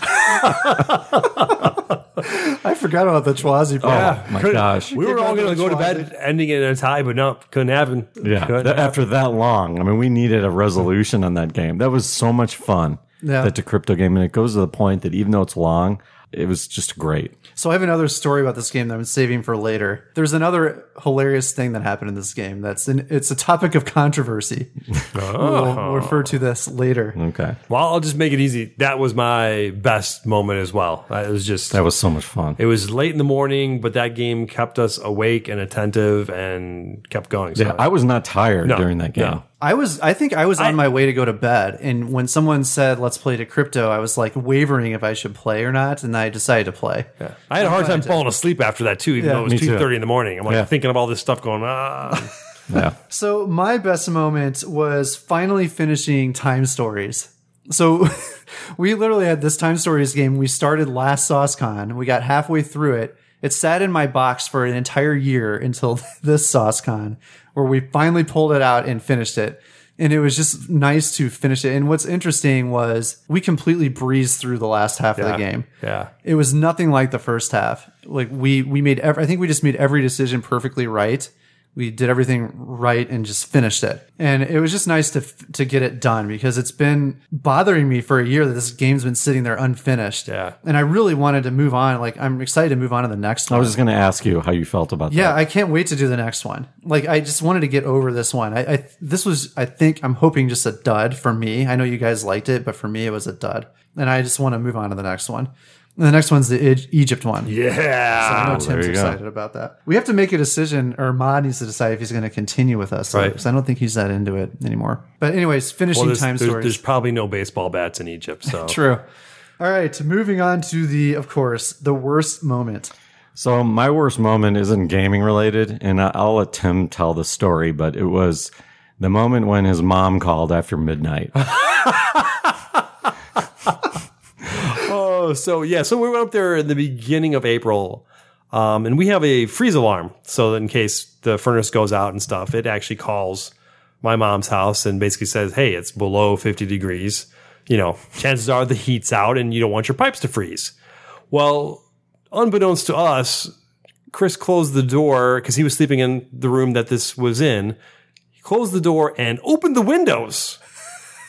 B: I forgot about the Chwazi part.
C: Oh my gosh.
D: We were all
B: Couldn't
D: going to go to
B: have
D: bed ending it in a tie, but no, couldn't happen.
C: Yeah.
D: Couldn't
C: that- after that long, I mean, we needed a resolution on that game. That was so much fun.
B: Yeah.
C: That to crypto game, and it goes to the point that even though it's long, it was just great.
B: So I have another story about this game that I'm saving for later. There's another hilarious thing that happened in this game. That's an, it's a topic of controversy. We'll refer to this later.
C: Okay,
D: Well, I'll just make it easy. That was my best moment as well. Uh, It was just
C: that was so much fun.
D: it was late in the morning, but that game kept us awake and attentive and kept going. So
C: yeah, I was not tired during that game.
D: no.
B: I was I think I was on my way to go to bed, and when someone said let's play to crypto, I was like wavering if I should play or not, and I decided to play.
D: I had a hard time falling asleep after that too, even
B: Yeah,
D: though it was
C: me too.
D: two thirty in the morning. I'm like
C: Yeah.
D: thinking of all this stuff going ah, on.
C: Yeah,
B: So my best moment was finally finishing Time Stories. So we literally had this Time Stories game. We started last SauceCon. We got halfway through it. It sat in my box for an entire year until this SauceCon, where we finally pulled it out and finished it. And it was just nice to finish it. And what's interesting was we completely breezed through the last half of the game.
D: yeah.
B: It was nothing like the first half. Like we we made every, I think we just made every decision perfectly right. We did everything right and just finished it. And it was just nice to f- to get it done because it's been bothering me for a year that this game's been sitting there unfinished.
D: Yeah.
B: And I really wanted to move on. Like I'm excited to move on to the next
C: I
B: one.
C: was just going to ask you how you felt about
B: yeah,
C: that.
B: I can't wait to do the next one. Like I just wanted to get over this one. I, I this was I think I'm hoping just a dud for me. I know you guys liked it, but for me it was a dud. And I just want to move on to the next one. And the next one's the Eg- Egypt one. I
D: Yeah.
B: know Tim's
C: you go.
B: excited about that. We have to make a decision, or Mod needs to decide if he's going to continue with us.
D: Right.
B: Because I don't think he's that into it anymore. But anyways, finishing
D: Well, there's,
B: time
D: there's-
B: stories.
D: there's probably no baseball bats in Egypt, so
B: True. All right, moving on to the, of course, the worst moment.
C: So my worst moment isn't gaming related, and I- I'll let Tim tell the story. But it was the moment when his mom called after midnight.
D: Oh, so yeah, so we went up there in the beginning of April, um, and we have a freeze alarm so that in case the furnace goes out and stuff, it actually calls my mom's house and basically says, "Hey, it's below 50 degrees. You know, chances are the heat's out, and you don't want your pipes to freeze." Well, unbeknownst to us, Chris closed the door because he was sleeping in the room that this was in. He closed the door and opened the windows.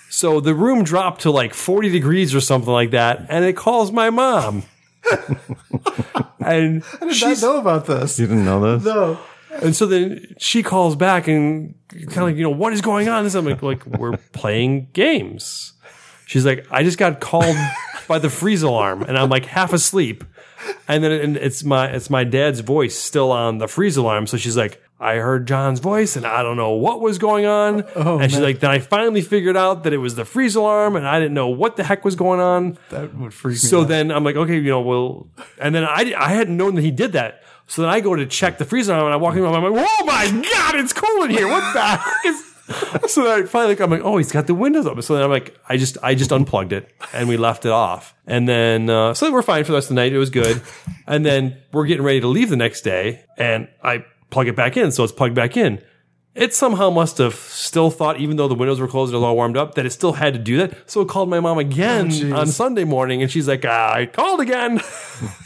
D: So the room dropped to like 40 degrees or something like that, and it calls my mom. and
B: Did I
D: she's,
B: know about this?
C: you didn't know this?
B: No.
D: and so then she calls back and kind of like, you know, what is going on? And I'm like, like we're playing games. She's like, I just got called by the freeze alarm, and I'm like half asleep. And then and it's my it's my dad's voice still on the freeze alarm. So she's like, I heard John's voice, and I don't know what was going on. and she's like, then I finally figured out that it was the freeze alarm, and I didn't know what the heck was going on.
B: That would freak me
D: So then I'm like, okay, you know, well, and then I, I hadn't known that he did that. So then I go to check the freezer on and I walk in, I'm like, oh my God, it's cool in here. What the heck is. So then I finally, I'm like, oh, he's got the windows up. So then I'm like, I just, I just unplugged it and we left it off. And then, uh, so then we're fine for the rest of the night. It was good. And then we're getting ready to leave the next day and I plug it back in. So it's plugged back in. It somehow must have still thought, even though the windows were closed and it was all warmed up, that it still had to do that. So it called my mom
C: Oh,
D: again on Sunday morning, and she's like, ah, "I called again."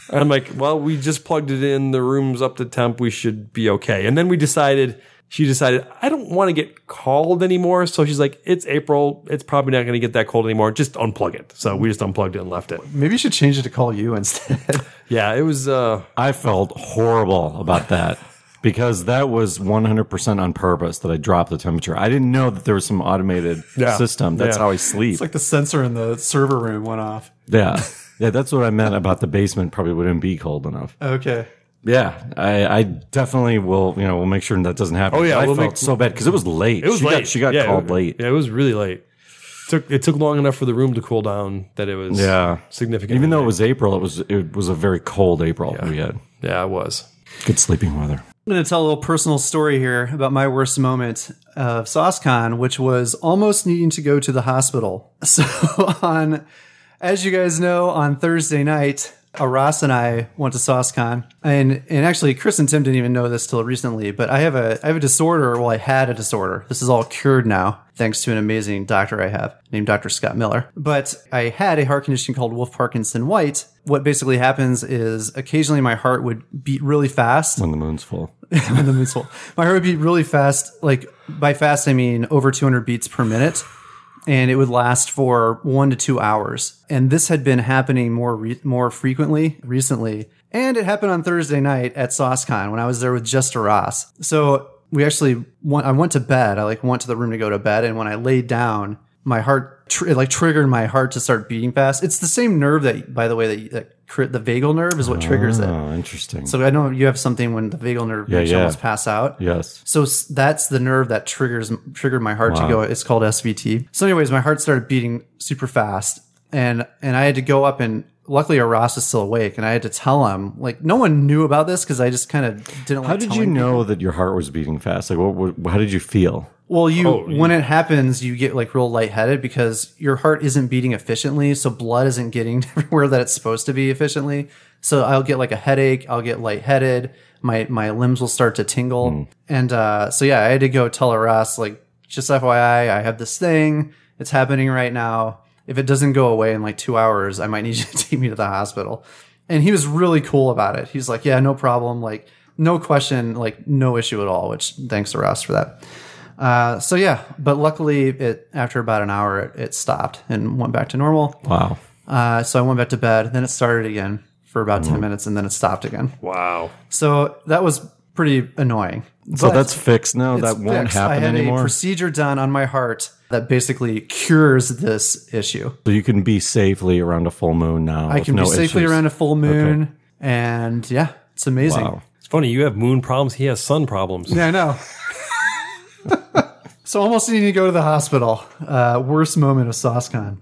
D: and I'm like, "Well, we just plugged it in. The room's up to temp. We should be okay." And then we decided. She decided, I don't want to get called anymore. So she's like, it's April. It's probably not going to get that cold anymore. Just unplug it. So we just unplugged it and left it.
B: Maybe you should change it to call you instead.
D: Yeah, it was, uh,
C: I felt horrible about that because that was 100% on purpose that I dropped the temperature. I didn't know that there was some automated
D: Yeah.
C: system. That's
D: Yeah.
C: how I sleep.
B: it's like the sensor in the server room went off.
C: yeah. Yeah, that's what I meant about the basement probably wouldn't be cold enough.
B: Okay.
C: Yeah, I, I definitely will. You know, we'll make sure that doesn't happen.
D: Oh, yeah,
C: I
D: we'll
C: felt
D: make-
C: so bad because it was late.
D: It was
C: she
D: late.
C: Got, she got
D: Yeah,
C: called
D: it,
C: late.
D: Yeah, it was really late. took it took long enough for the room to cool down that it was
C: Yeah.
D: significant.
C: Even though it was April, it was it was a very cold April we had.
D: yeah, it was.
C: Good sleeping weather.
B: I'm going to tell a little personal story here about my worst moment of SauceCon, which was almost needing to go to the hospital. So, on, as you guys know, on Thursday night, Aras and I went to SauceCon, and and actually Chris and Tim didn't even know this till recently. But I have a I have a disorder. Well, I had a disorder. This is all cured now, thanks to an amazing doctor I have named Dr. Scott Miller. But I had a heart condition called Wolf Parkinson White. What basically happens is occasionally my heart would beat really fast
C: When the moon's full.
B: when the moon's full. My heart would beat really fast. Like by fast, I mean over 200 beats per minute, and it would last for one to two hours. And this had been happening more re- more frequently recently, and it happened on Thursday night at SauceCon when I was there with just Ross. So we actually went, I went to bed. I like went to the room to go to bed, and when I laid down, my heart tr- it like triggered my heart to start beating fast. It's the same nerve that, by the way, that, that cr- the vagal nerve is what triggers it.
C: Oh, interesting.
B: So I know you have something when the vagal nerve makes you
C: yeah.
B: almost pass out.
C: yes.
B: So s- that's the nerve that triggers triggered my heart to go. It's called SVT. So, anyways, my heart started beating super fast, and and I had to go up and. Luckily, Aras was still awake, and I had to tell him. Like, no one knew about this because I just kind of didn't. Like
C: How did you
B: telling
C: know that your heart was beating fast? Like, what, what? How did you feel?
B: Well, you
D: Oh, you-
B: when it happens, you get like real lightheaded because your heart isn't beating efficiently, so blood isn't getting everywhere that it's supposed to be efficiently. So I'll get like a headache, I'll get lightheaded, my my limbs will start to tingle,
D: Mm.
B: and uh, so yeah, I had to go tell Ross like, just FYI, I have this thing, it's happening right now. If it doesn't go away in like two hours, I might need you to take me to the hospital. And he was really cool about it. He's like, yeah, no problem, like no question, like no issue at all. Which thanks to Ross for that. Uh, so yeah, but luckily, it after about an hour, it, it stopped and went back to normal.
C: Wow.
B: Uh, so I went back to bed. Then it started again for about
C: Mm.
B: ten minutes, and then it stopped again.
D: Wow.
B: So that was pretty annoying.
C: So that's fixed now. That
B: It's
C: won't
B: fixed. I
C: happen
B: had
C: anymore.
B: a procedure done on my heart that basically cures this issue.
C: so you can be safely around a full moon now.
B: I can be safely around a full moon, and yeah, it's amazing.
C: Wow.
D: It's funny you have moon problems. He has sun problems.
B: Yeah, I know. so almost needing to go to the hospital. Uh, worst moment of SauceCon.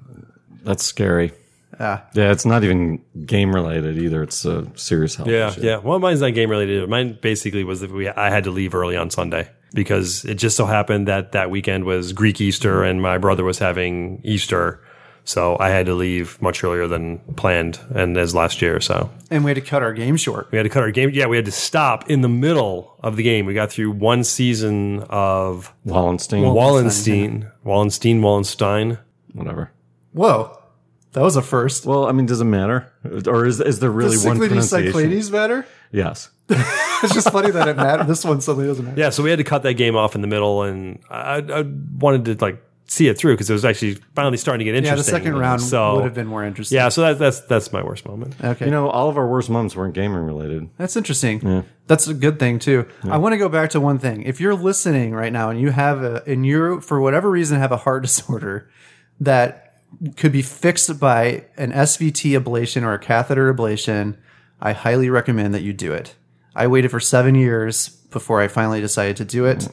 C: That's scary. Yeah. Yeah. It's not even game related either. It's a serious health.
D: Yeah,
C: issue.
D: yeah. Well, mine's not game related. Mine basically was that we I had to leave early on Sunday because it just so happened that that weekend was Greek Easter and my brother was having Easter, so I had to leave much earlier than planned and as last year. So
B: And we had to cut our game short.
D: We had to cut our game. Yeah, we had to stop in the middle of the game. We got through one season of
C: Wallenstein.
D: Wallenstein, Wallenstein, Wallenstein.
C: whatever.
B: Whoa, that was a first.
C: Well, I mean, does it matter? Or is is there really
B: Does
C: one
B: Cyclades
C: pronunciation?
B: Cyclades matter?
C: Yes.
B: It's just funny that it matters. This one suddenly doesn't matter.
D: Yeah, so we had to cut that game off in the middle, and I, I I wanted to like see it through because it was actually finally starting to get
B: Yeah, the
D: interesting.
B: second round
D: so,
B: would have been more interesting.
D: Yeah, so that, that's that's my worst moment.
B: Okay.
C: You know, all of our worst moments weren't gaming related.
B: That's interesting. That's a good thing too. I want to go back to one thing. If you're listening right now and you have a and you for whatever reason have a heart disorder that could be fixed by an SVT ablation or a catheter ablation, I highly recommend that you do it. I waited for 7 years before I finally decided to do it.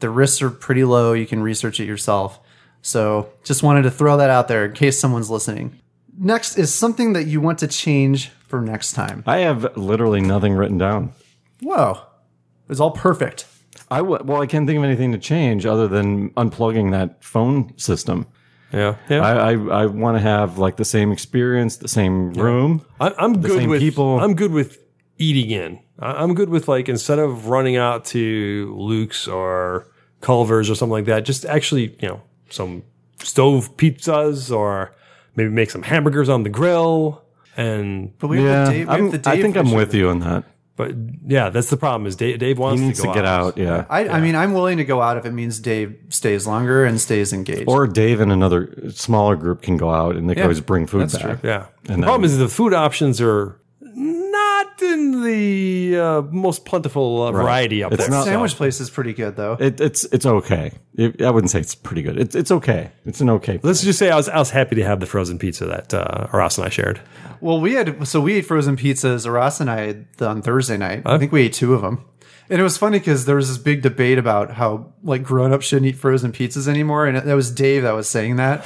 B: The risks are pretty low. You can research it yourself. So, just wanted to throw that out there in case someone's listening. Next is something that you want to change for next time.
C: I have literally nothing written down.
B: Whoa. It was all perfect.
C: I w- well, I can't think of anything to change other than unplugging that phone system.
D: Yeah, yeah.
C: I I, I want to have like the same experience, the same room.
D: I, I'm good
C: same
D: with
C: people.
D: I'm good with eating in. I, I'm good with like instead of running out to Luke's or Culver's or something like that, just actually you know some stove pizzas or maybe make some hamburgers on the grill. And
B: But we have the Dave. We
C: I'm-
B: have the Dave
C: I think I'm
B: vision.
C: with you on that.
D: but yeah, that's the problem is Dave, Dave
C: He
D: wants
C: needs
D: to,
C: to,
D: go
C: get out. Yeah.
B: I, I mean, I'm willing to go out if it means Dave stays longer and stays engaged.
C: or Dave and another smaller group can go out and they can always bring food
B: that's
C: back.
D: Yeah.
C: And
D: the problem
C: then-
D: is the food options are not in the uh, most plentiful uh, variety up
C: It's
D: there.
C: not-
B: sandwich place is pretty good though.
C: It, it's it's okay. It, I wouldn't say it's pretty good. It's it's okay. It's an okay.
D: Let's just say I was I was happy to have the frozen pizza that uh, Aras and I shared.
B: Well, we had so we ate frozen pizzas. Ross and I had on Thursday night. I think we ate two of them, and it was funny because there was this big debate about how like grown ups shouldn't eat frozen pizzas anymore, and that was Dave that was saying that,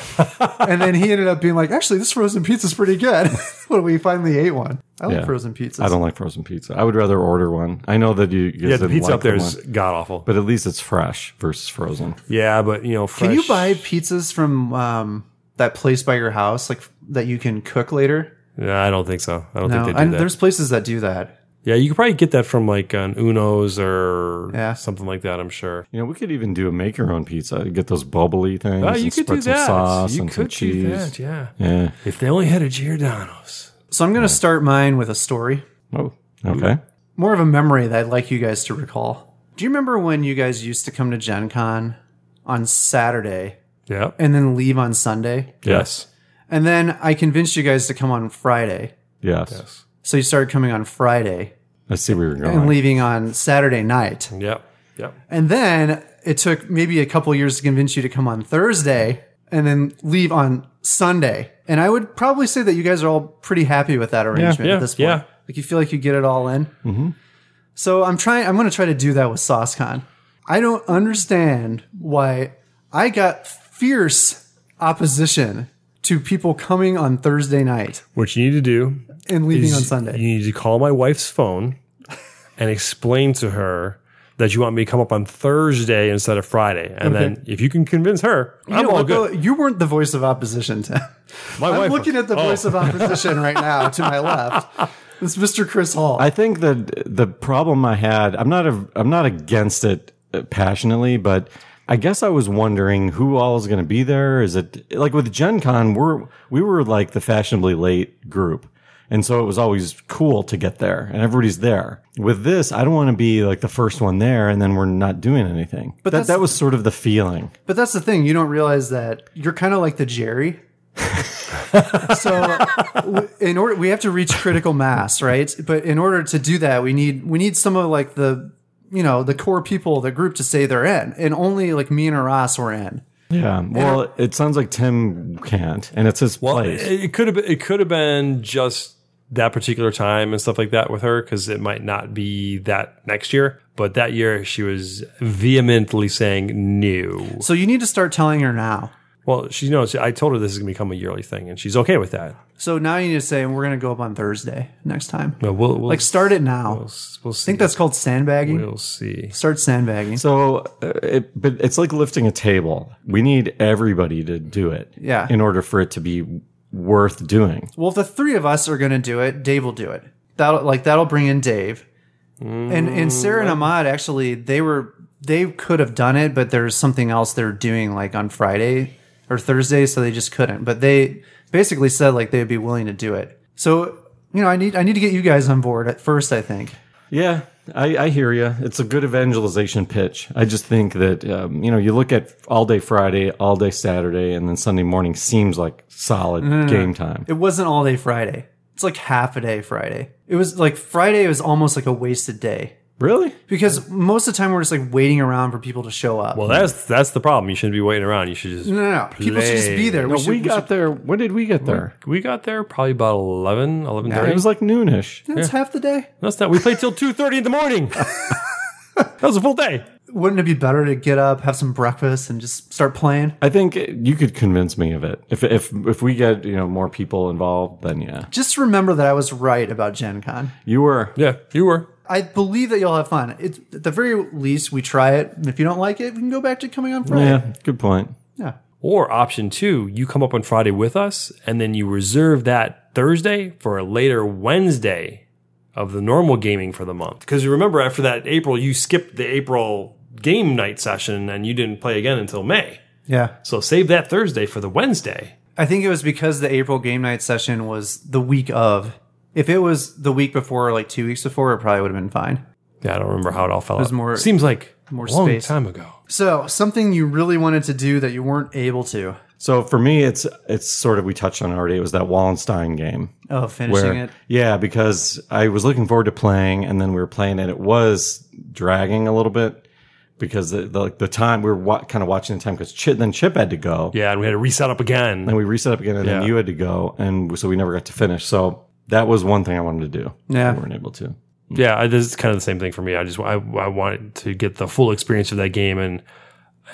B: and then he ended up being like, actually, this frozen pizza's pretty good. when we finally ate one, I like
C: Yeah.
B: frozen pizzas.
C: I don't like frozen pizza. I would rather order one. I know that you you guys
D: Yeah, the
C: didn't
D: pizza
C: like
D: up there
C: the
D: is
C: one,
D: god awful.
C: but at least it's fresh versus frozen.
D: yeah, but you know,
B: Can
D: fresh,
B: you buy pizzas from um, that place by your house, like that you can cook later?
D: Yeah, I don't think so. I don't
B: No,
D: think they
B: I-
D: do that.
B: there's places that do that.
D: Yeah, you could probably get that from like an Uno's or
B: Yeah.
D: something like that. I'm sure.
C: You know, we could even do a make your own pizza. Get those bubbly things.
D: Oh,
C: and
D: you could
C: spread
D: do
C: some
D: that.
C: Sauce
D: you
C: and some
D: could
C: cheese.
D: do that. Yeah.
C: Yeah.
D: If they only had a Giordano's.
B: So I'm going to start mine with a story.
C: Oh, okay.
B: more of a memory that I'd like you guys to recall. Do you remember when you guys used to come to Gen Con on Saturday
D: Yeah.
B: and then leave on Sunday?
D: Yes.
B: And then I convinced you guys to come on Friday.
C: Yes.
B: So you started coming on Friday
C: I see where you're
B: and
C: going.
B: leaving on Saturday night.
D: Yep. Yep.
B: And then it took maybe a couple years to convince you to come on Thursday and then leave on Sunday. And I would probably say that you guys are all pretty happy with that arrangement
D: yeah,
B: at this point.
D: yeah.
B: Like you feel like you get it all in. Mm-hmm. So I'm trying. I'm going to try to do that with SauceCon. I don't understand why I got fierce opposition to people coming on Thursday night
D: What you need to do
B: and leaving on
D: is
B: Sunday.
D: You need to call my wife's phone and explain to her that you want me to come up on Thursday instead of Friday. And then if you can convince her,
B: You,
D: I'm
B: know,
D: all
B: look,
D: good.
B: uh, you weren't the voice of opposition, Tim.
D: My
B: I'm
D: wife-
B: looking at the
D: oh.
B: voice of opposition right now to my left. It's Mr. Chris Hall.
C: I think that the problem I had, I'm not a, I'm not against it passionately, but I guess I was wondering who all is going to be there. Is it like with Gen Con, we're we were like the fashionably late group. And so it was always cool to get there and everybody's there. With this, I don't want to be like the first one there and then we're not doing anything. But that,
B: that's-
C: that was sort of the feeling.
B: but that's the thing. You don't realize that you're kind of like the Jerry. so w- in order we have to reach critical mass, right? But in order to do that, we need we need some of like the you know, the core people of the group to say they're in. And only like me and Ross were in.
C: Yeah. Well, it sounds like Tim can't and it's his
D: Well,
C: place.
D: it, it could have been, it could have been just that particular time and stuff like that with her because it might not be that next year. But that year she was vehemently saying no.
B: So you need to start telling her now.
D: Well, she knows. I told her this is going to become a yearly thing, and she's okay with that.
B: So now you need to say we're gonna go up on Thursday next time.
D: But we'll, we'll
B: Like start it now.
D: We'll,
B: I
D: we'll see.
B: think that's called sandbagging.
D: we'll see.
B: Start sandbagging.
C: So, uh, it, but it's like lifting a table. We need everybody to do it,
B: Yeah.
C: in order for it to be worth doing.
B: Well, if the three of us are going to do it, Dave will do it. That'll like that'll bring in Dave. and and Sarah and Ahmad actually they were they could have done it, but there's something else they're doing like on Friday or Thursday, so they just couldn't. But they basically said like they'd be willing to do it. So you know, I need I need to get you guys on board at first. I think.
C: Yeah, I, I hear you. It's a good evangelization pitch. I just think that um, you know, you look at all day Friday, all day Saturday, and then Sunday morning seems like solid game time.
B: It wasn't all day Friday. It's like half a day Friday. It was like Friday was almost like a wasted day
C: Really?
B: because most of the time we're just like waiting around for people to show up.
D: Well, that's that's the problem. You shouldn't be waiting around. You should just.
B: no, no, no. People should just be there.
C: No, we,
B: should-
C: got there. When did we get there?
D: We got there probably about 11, 11.30.
C: It was like noonish.
B: That's half the day.
D: That's not. We played till two thirty in the morning. that was a full day.
B: Wouldn't it be better to get up, have some breakfast, and just start playing?
C: I think you could convince me of it. If if if we get you know more people involved, then yeah,
B: Just remember that I was right about Gen Con.
C: you were.
D: Yeah, you were.
B: I believe that you'll have fun. It's at the very least we try it, and if you don't like it, we can go back to coming on Friday.
C: Yeah, good point.
B: yeah.
D: Or option two, you come up on Friday with us and then you reserve that Thursday for a later Wednesday of the normal gaming for the month. Because you remember after that April, you skipped the April game night session and you didn't play again until May.
B: Yeah.
D: So save that Thursday for the Wednesday.
B: I think it was because the April game night session was the week of. If it was the week before, or like two weeks before, it probably would have been fine.
D: Yeah, I don't remember how it all fell out.
B: more-
D: Seems like
B: more
D: a long
B: space.
D: time ago.
B: So, something you really wanted to do that you weren't able to.
C: So for me, it's it's sort of we touched on it already. It was that Wallenstein game.
B: Oh, finishing
C: where-
B: it.
C: Yeah, because I was looking forward to playing, and then we were playing, and it was dragging a little bit because the the, like, the time we were wa- kind of watching the time because Chip, then Chip had to go,
D: Yeah, and we had to reset up again.
C: and we reset up again, and then
D: Yeah.
C: you had to go, and so we never got to finish. So that was one thing I wanted to do.
B: Yeah.
C: we weren't able to.
D: yeah I- this is kind of the same thing for me i just i, I wanted to get the full experience of that game and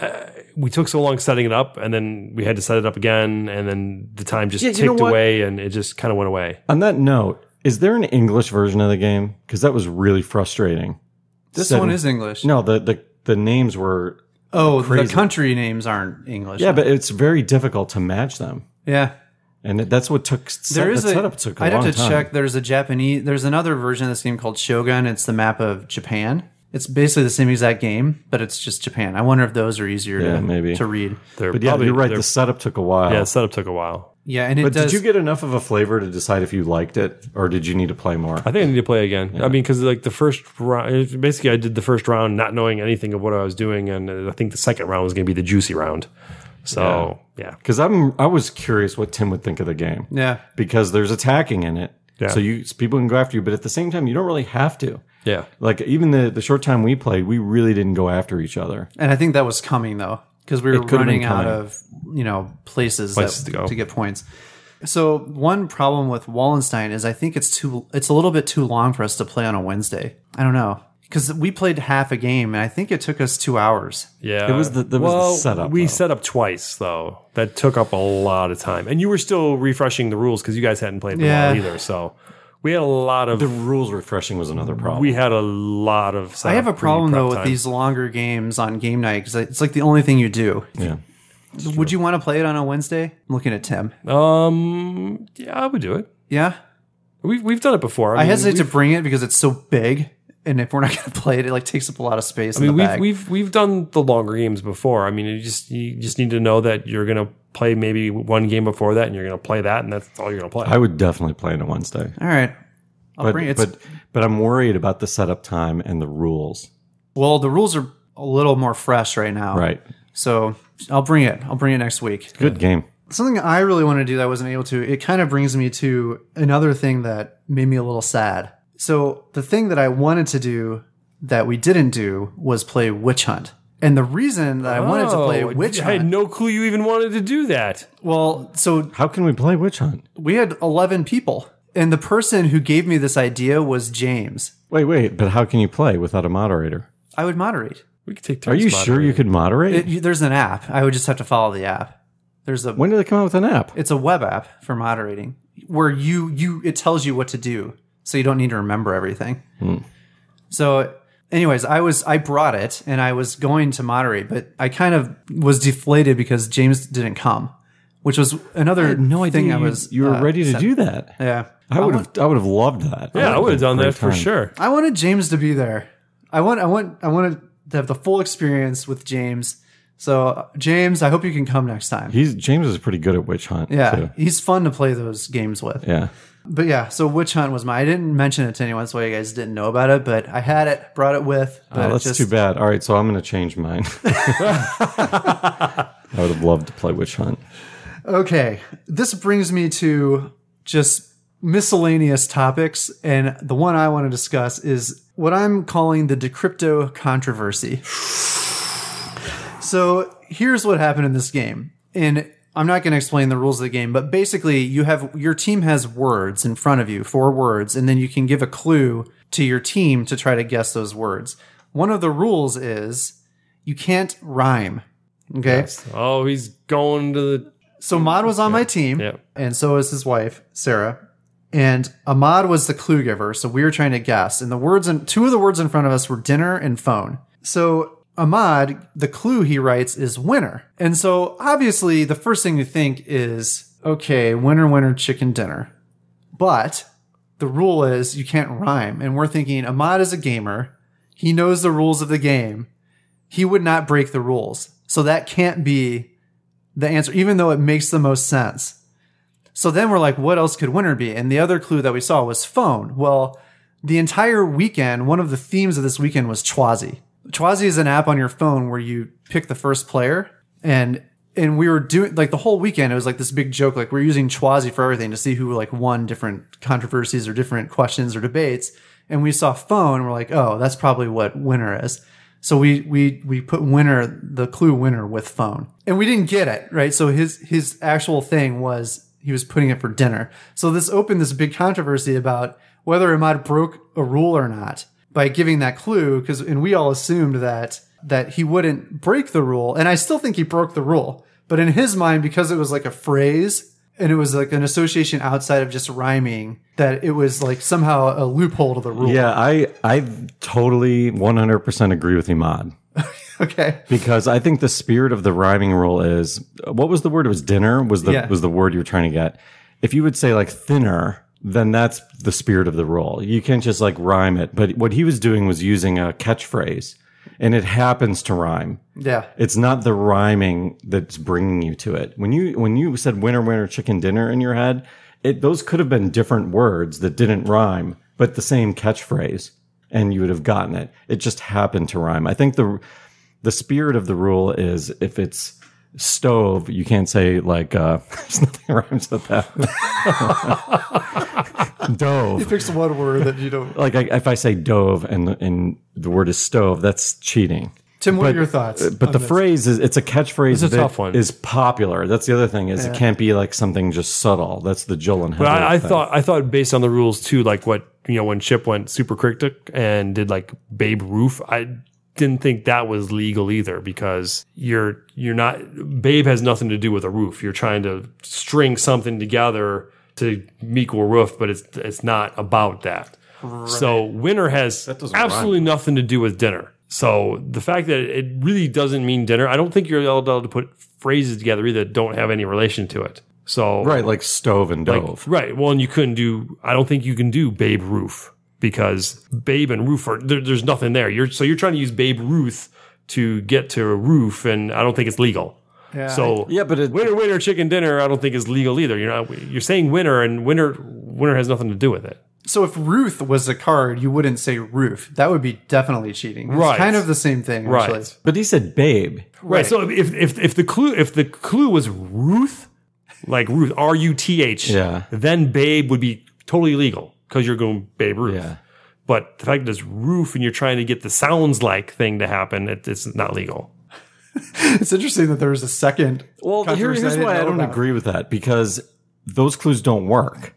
D: uh, we took so long setting it up and then we had to set it up again and then the time just
C: Yeah, you
D: ticked
C: know what?
D: away and it just kind of went away
C: On that note, is there an English version of the game? Because that was really frustrating.
B: This
C: Seven-
B: one is English.
C: No, the the the names were
B: oh,
C: crazy.
B: the country names aren't English.
C: yeah, but it's very difficult to match them.
B: yeah.
C: And it- that's what took
B: There is
C: the
B: a.
C: setup took a
B: I'd
C: long
B: have to
C: time.
B: check. There's a Japanese. There's another version of this game called Shogun. It's the map of Japan. It's basically the same exact game, but it's just Japan. I wonder if those are easier
C: Yeah,
B: to,
C: maybe.
B: to read.
D: They're
C: But yeah,
D: probably-
C: you're right.
D: they're-
C: The setup took a while.
D: yeah setup took a while
B: Yeah, and it
C: But
B: does.
C: did you get enough of a flavor to decide if you liked it, or did you need to play more?
D: i think i need to play again i mean because like the first round basically i did the first round not knowing anything of what i was doing and uh, i think the second round was going to be the juicy round so yeah,
C: Because I'm, I was curious what Tim would think of the game.
B: yeah,
C: Because there's attacking in it,
D: Yeah.
C: so you people can go after you, but at the same time, you don't really have to.
D: yeah.
C: Like even the the short time we played, we really didn't go after each other.
B: and I think that was coming though because we were
C: It could've been
B: running out
C: coming.
B: of you know places,
D: Places
B: that,
D: to
B: to,
D: go.
B: get points. So one problem with Wallenstein is I think it's too it's a little bit too long for us to play on a Wednesday. I don't know because we played half a game and I think it took us two hours.
D: Yeah,
C: It was the- that was the setup,
D: We
C: though.
D: set up twice though. That took up a lot of time, and you were still refreshing the rules because you guys hadn't played them
B: Yeah.
D: all either. So we had a lot of
C: The rules refreshing was another problem.
D: we had a lot of.
B: I have a
D: setup
B: problem
D: pre-prep
B: though with
D: time.
B: these longer games on game night because it's like the only thing you do.
C: yeah.
B: Would you want to play it on a Wednesday? I'm looking at Tim.
D: Um, yeah, I would do it.
B: Yeah,
D: We've we've done it before.
B: I
D: mean,
B: hesitate to
D: we've-
B: bring it because it's so big, and if we're not going to play it, it like takes up a lot of space.
D: I mean,
B: in the bag.
D: we've we've we've done the longer games before. I mean, you just you just need to know that you're gonna play maybe one game before that, and you're gonna play that, and that's all you're gonna play.
C: I would definitely play it on Wednesday.
B: All right. I'll
C: but,
B: bring it.
C: but but I'm worried about the setup time and the rules.
B: well, the rules are a little more fresh right now.
C: Right.
B: So I'll bring it. I'll bring it next week.
C: Good game.
B: Something I really want to do that I wasn't able to, it kind of brings me to another thing that made me a little sad. So the thing that I wanted to do that we didn't do was play Witch Hunt. And the reason that I wanted to play
D: Oh,
B: Witch
D: I had
B: Hunt,
D: no clue you even wanted to do that.
B: well, so
C: How can we play Witch Hunt?
B: we had 11 people. And the person who gave me this idea was James.
C: Wait, wait, but how can you play without a moderator?
B: I would moderate.
D: We could take turns.
C: Are you
D: moderating.
C: sure you could moderate?
B: It, you- there's an app. I would just have to follow the app. There's a
C: when did they come out with an app?
B: it's a web app for moderating where you you it tells you what to do so you don't need to remember everything
C: Hmm.
B: so anyways i was i brought it and i was going to moderate but i kind of was deflated because james didn't come which was another thing i
C: you-
B: was
C: You were
B: uh,
C: ready to
B: sent-
C: do that.
B: yeah
C: I would have. I would have loved that.
D: Yeah, I would have
C: been a
D: done
C: great
D: that for
C: time.
D: sure.
B: i wanted james to be there i want i want i wanted to have the full experience with james so uh, james i hope you can come next time
C: He's James is pretty good at witch hunt.
B: yeah
C: too.
B: he's fun to play those games with
C: yeah.
B: But yeah, so Witch Hunt was my. I didn't mention it to anyone, so you guys didn't know about it. But I had it, brought it with. But
C: Oh,
B: it
C: that's
B: just,
C: too bad. All right, so I'm going to change mine. I would have loved to play witch hunt.
B: Okay, this brings me to just miscellaneous topics, and the one I want to discuss is what I'm calling the Decrypto controversy. So here's what happened in this game, and I'm not going to explain the rules of the game, but basically, you have your team has words in front of you, four words, and then you can give a clue to your team to try to guess those words. One of the rules is you can't rhyme. Okay.
D: Oh, he's going to the
B: So Mod was on my team,
D: Yep.
B: and so is his wife Sarah. And Ahmad was the clue giver, so we were trying to guess. And the words and two of the words in front of us were dinner and phone. So Ahmad, the clue he writes is winner. And so obviously the first thing you think is, okay, winner, winner, chicken dinner. But the rule is you can't rhyme. And we're thinking Ahmad is a gamer. He knows the rules of the game. He would not break the rules. So that can't be the answer, even though it makes the most sense. So then we're like, what else could winter be? And the other clue that we saw was phone. Well, the entire weekend, one of the themes of this weekend was Chwazi. Chwazi is an app on your phone where you pick the first player and and we were doing like the whole weekend it was like this big joke like we're using Chwazi for everything to see who like won different controversies or different questions or debates and we saw phone and we're like oh that's probably what winner is so we we we put winner the clue winner with phone and we didn't get it right so his his actual thing was he was putting it for dinner. So this opened this big controversy about whether Ahmad broke a rule or not by giving that clue, because and we all assumed that that he wouldn't break the rule, and I still think he broke the rule. But in his mind, because it was like a phrase and it was like an association outside of just rhyming, that it was like somehow a loophole to the rule.
C: Yeah, I I totally 100% agree with Imad
B: Okay.
C: because I think the spirit of the rhyming rule is what was the word? It was dinner was the
B: Yeah.
C: was the word you were trying to get. If you would say like thinner, then that's the spirit of the rule. You can't just like rhyme it. But what he was doing was using a catchphrase, and it happens to rhyme.
B: Yeah.
C: It's not the rhyming that's bringing you to it. When you when you said winner winner chicken dinner in your head, it those could have been different words that didn't rhyme, but the same catchphrase, and you would have gotten it. It just happened to rhyme. I think the the spirit of the rule is if it's stove, you can't say like uh, there's nothing rhymes with that. Dove
B: Fix one word that you don't.
C: like I, if I say dove and and the word is stove, that's cheating.
B: Tim, what are your thoughts?
C: But the phrase is it's a catchphrase
D: Oh, a
C: that
D: tough one.
C: is popular. That's the other thing is it can't be like something just subtle. That's the Jill and
D: But I, I
C: thing.
D: thought I thought based on the rules too, like what you know when Chip went super cryptic and did like Babe Roof, I didn't think that was legal either because you're you're not Babe has nothing to do with a roof. You're trying to string something together to equal roof, but it's it's not about that. So winter has
C: doesn't rhyme.
D: absolutely nothing to do with dinner. So the fact that it really doesn't mean dinner, I don't think you're allowed to put phrases together either that don't have any relation to it. So
C: right, like stove and
D: like,
C: dove.
D: Right. Well, and you couldn't do. I don't think you can do Babe Roof because Babe and Roof are there, there's nothing there. You're so you're trying to use Babe Ruth to get to a roof, and I don't think it's legal. so
C: yeah, but it,
D: winner winner chicken dinner. I don't think is legal either. You're not. You're saying winner, and winner winner has nothing to do with it.
B: So if Ruth was a card, you wouldn't say roof. That would be definitely cheating. It's
D: Right.
B: Kind of the same thing,
D: Right.
B: actually.
C: but he said babe.
D: Right. So if, if if the clue if the clue was Ruth, like Ruth R U T H,
C: Yeah.
D: then Babe would be totally legal because you're going Babe Ruth.
C: Yeah.
D: But the fact that it's roof and you're trying to get the sounds like thing to happen, it, it's not legal.
B: It's interesting that there was a second.
C: Well, here-
B: controversy
C: here's
B: didn't
C: why I
B: know
C: don't
B: about.
C: agree with that because those clues don't work.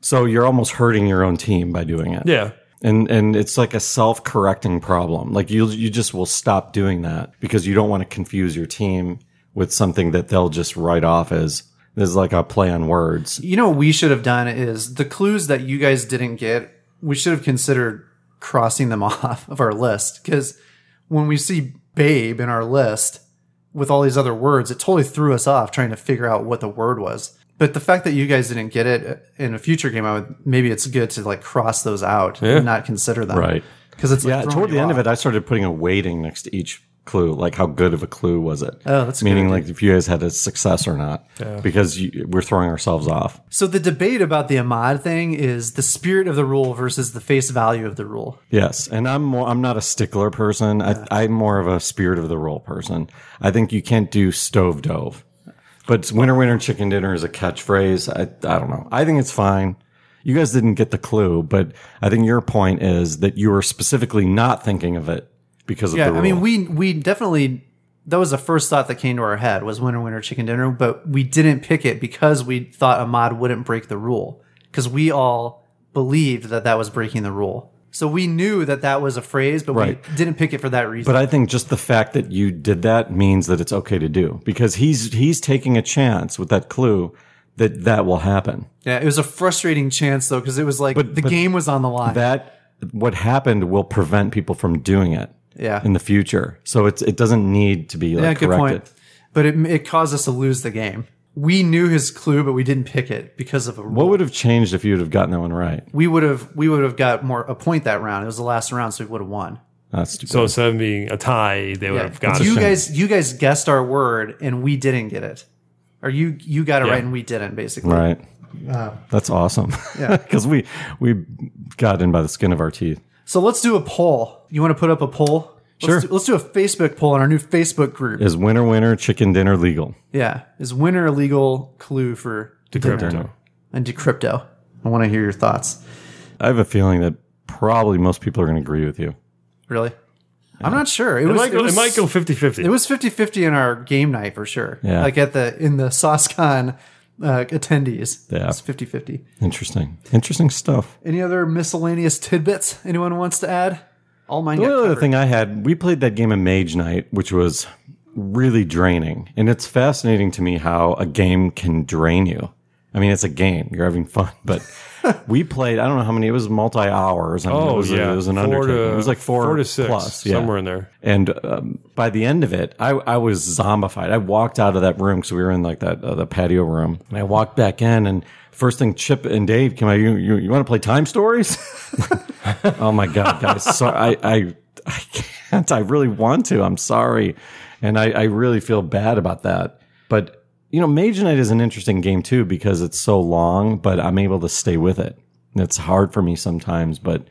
C: So you're almost hurting your own team by doing it.
D: Yeah.
C: and and it's like a self-correcting problem like you you just will stop doing that because you don't want to confuse your team with something that they'll just write off as there's like a play on words
B: You know what we should have done is the clues that you guys didn't get, we should have considered crossing them off of our list. Because when we see babe in our list with all these other words, it totally threw us off trying to figure out what the word was. But the fact that you guys didn't get it in a future game, I would maybe it's good to like cross those out and not consider them. Because it's like
C: yeah
B: throwing
C: toward
B: you
C: the end of
B: off.
C: it i started putting a weighting next to each clue like how good of a clue was it
B: Oh, that's a good
C: meaning like if you guys had a success or not because you, we're throwing ourselves off
B: So the debate about the Ahmad thing is the spirit of the rule versus the face value of the rule.
C: Yes, and I'm more, I'm not a stickler person. I, I'm more of a spirit of the rule person. I think you can't do stove dove, but winter winter chicken dinner is a catchphrase. I I don't know. I think it's fine. You guys didn't get the clue, but I think your point is that you were specifically not thinking of it because of
B: Yeah,
C: the rule.
B: I mean, we we definitely that was the first thought that came to our head was winner winner chicken dinner, but we didn't pick it because we thought Ahmad wouldn't break the rule because we all believed that that was breaking the rule. So we knew that that was a phrase, but we
C: Right.
B: didn't pick it for that reason.
C: But I think just the fact that you did that means that it's okay to do because he's he's taking a chance with that clue that that will happen.
B: Yeah, it was a frustrating chance though because it was like
C: But-
B: the
C: but
B: game was on the line.
C: That what happened will prevent people from doing it
B: yeah,
C: in the future. So it's it doesn't need to be like
B: yeah, good
C: corrected.
B: point. But it it caused us to lose the game. We knew his clue, but we didn't pick it because of a
C: What would have changed if you'd have gotten that one right?
B: we would have we would have got more a point that round. It was the last round, so we would have won.
C: That's stupid.
D: So instead of being a tie, they would
B: Yeah.
D: have gotten
B: you
D: it.
B: guys you guys guessed our word and we didn't get it. Or you you got it
D: Yeah.
B: right and we didn't basically.
C: right. That's awesome.
B: Uh, Yeah.
C: Because we we got in by the skin of our teeth.
B: So let's do a poll. You want to put up a poll?
C: Sure.
B: Let's do, let's do a Facebook poll in our new Facebook group.
C: Is winner winner chicken dinner legal?
B: yeah. Is winner a legal clue for
D: Decrypto.
B: and decrypto? I want to hear your thoughts.
C: I have a feeling that probably most people are going to agree with you.
B: Really? I'm not sure. It,
D: It,
B: was,
D: might go,
B: was
D: it might go 50 50.
B: It was 50-50 in our game night for sure.
C: Yeah.
B: Like at the in the SOSCon uh, attendees.
C: Yeah.
B: It's 50-50.
C: Interesting. Interesting stuff.
B: Any other miscellaneous tidbits anyone wants to add? All mine.
C: The
B: got
C: only other
B: covered.
C: thing I had, we played that game of Mage Night, which was really draining. And it's fascinating to me how a game can drain you. I mean, it's a game. You're having fun, but we played. I don't know how many. It was multi hours. I mean, it
D: oh,
C: was a-
D: yeah.
C: it was an
D: four
C: undertaking.
D: to,
C: it was like four,
D: to six,
C: plus, yeah.
D: somewhere in there.
C: And um, by the end of it, I, I was zombified. I walked out of that room because we were in like that uh, the patio room, and I walked back in, and first thing Chip and Dave came out. You you, you want to play Time Stories? oh my god, guys! So I I I can't. I really want to. I'm sorry, and I I really feel bad about that. But you know, Mage Knight is an interesting game too because it's so long, but I'm able to stay with it. And It's hard for me sometimes, but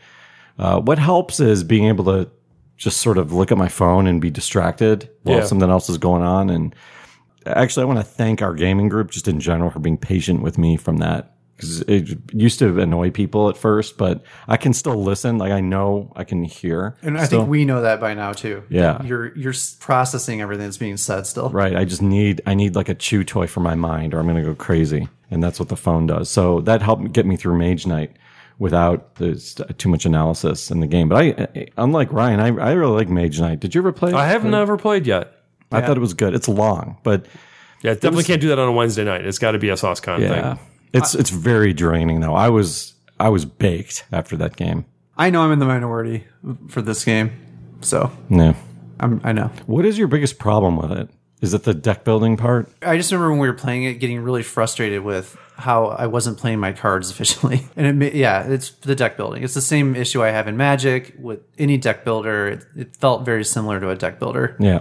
C: uh, what helps is being able to just sort of look at my phone and be distracted while
D: Yeah.
C: something else is going on. And actually, I want to thank our gaming group just in general for being patient with me from that. Because it used to annoy people at first, but I can still listen. Like I know I can hear.
B: and I
C: still.
B: think we know that by now too.
C: Yeah.
B: you're you're s- processing everything that's being said still.
C: Right. I just need I need like a chew toy for my mind, or I'm gonna go crazy. And that's what the phone does. So that helped get me through Mage Night without the, st- too much analysis in the game. But I, unlike Ryan, I, I really like Mage Night. Did you ever play? it?
D: I have never played yet.
C: I thought it was good. It's long, but
D: Yeah, definitely can't do that on a Wednesday night. It's got to be a sauce con
C: yeah,
D: thing.
C: it's it's very draining though. I was I was baked after that game.
B: I know I'm in the minority for this game, so
C: Yeah.
B: I'm I know.
C: What is your biggest problem with it? Is it the deck building part?
B: I just remember when we were playing it, getting really frustrated with how I wasn't playing my cards efficiently. And it, ma- yeah, it's the deck building. It's the same issue I have in Magic with any deck builder. It, it felt very similar to a deck builder,
C: Yeah.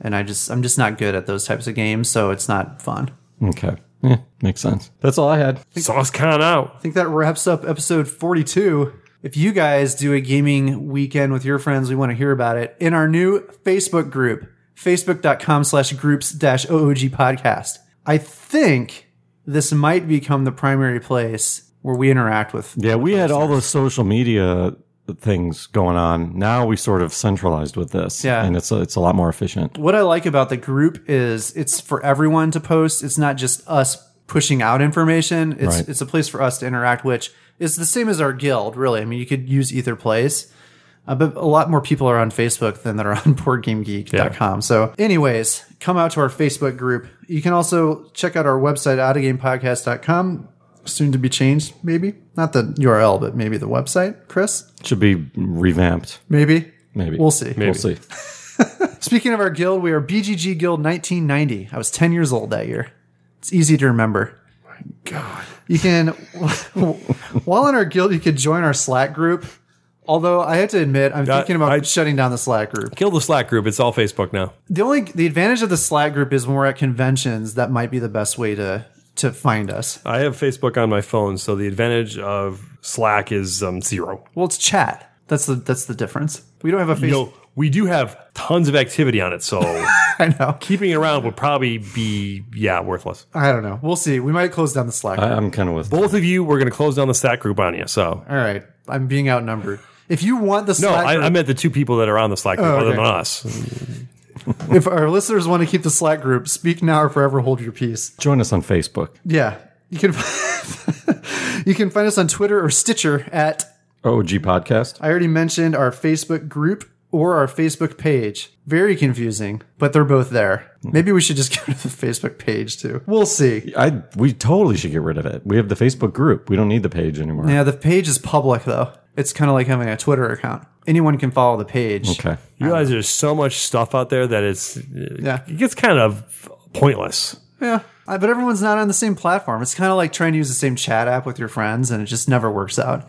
B: and I just I'm just not good at those types of games, so it's not fun.
C: Okay. Yeah, makes sense. That's all I had.
D: Sauce con out.
B: I think that wraps up episode 42. If you guys do a gaming weekend with your friends, we want to hear about it in our new Facebook group, facebook.com slash groups dash OOG podcast. I think this might become the primary place where we interact with.
C: Yeah, we had all those social media things going on. Now we sort of centralized with this.
B: Yeah.
C: And it's a, it's a lot more efficient.
B: What I like about the group is it's for everyone to post. It's not just us pushing out information. It's,
C: Right.
B: it's a place for us to interact, which is the same as our guild, really. I mean, you could use either place. Uh, but a lot more people are on Facebook than that are on boardgamegeek.com. So, anyways, come out to our Facebook group. You can also check out our website, outofgamepodcast.com. Soon to be changed, maybe. Not the URL, but maybe the website, Chris.
C: Should be revamped.
B: Maybe.
C: Maybe.
B: We'll see.
C: We'll see.
B: Speaking of our guild, we are BGG Guild 1990. I was 10 years old that year. It's easy to remember. You can, while in our guild, you could join our Slack group. Although I have to admit, I'm
D: That-
B: thinking about
D: I-
B: shutting down the Slack group.
D: Kill the Slack group. It's all Facebook now.
B: the only the advantage of the Slack group is when we're at conventions, that might be the best way to to find us.
D: I have Facebook on my phone, so the advantage of Slack is um, zero.
B: Well, it's chat. That's the that's the difference. We don't have a face.
D: You know, we do have tons of activity on it, so
B: I know.
D: keeping it around would probably be yeah worthless.
B: I don't know. We'll see. We might close down the Slack.
D: Uh,
C: I, I'm kind of with
D: Both of you, we're going to close down the Slack group on you. So
B: All right. I'm being outnumbered. If you want the
D: no,
B: Slack
D: I,
B: group,
D: I meant the two people that are on the Slack group, other
B: Oh, okay.
D: than us.
B: if our listeners want to keep the Slack group, speak now or forever hold your peace.
C: Join us on Facebook.
B: Yeah. You can You can find us on Twitter or Stitcher at
C: OG Podcast.
B: I already mentioned our Facebook group. or our Facebook page. Very confusing, but they're both there. Maybe we should just go to the Facebook page too. We'll see.
C: I we totally should get rid of it. We have the Facebook group. We don't need the page anymore.
B: Yeah, the page is public though. It's kind of like having a Twitter account. Anyone can follow the page.
C: Okay.
D: You realize there's so much stuff out there that it's
B: Yeah.
D: it gets kind of pointless.
B: Yeah. Uh, But everyone's not on the same platform. It's kind of like trying to use the same chat app with your friends and it just never works out.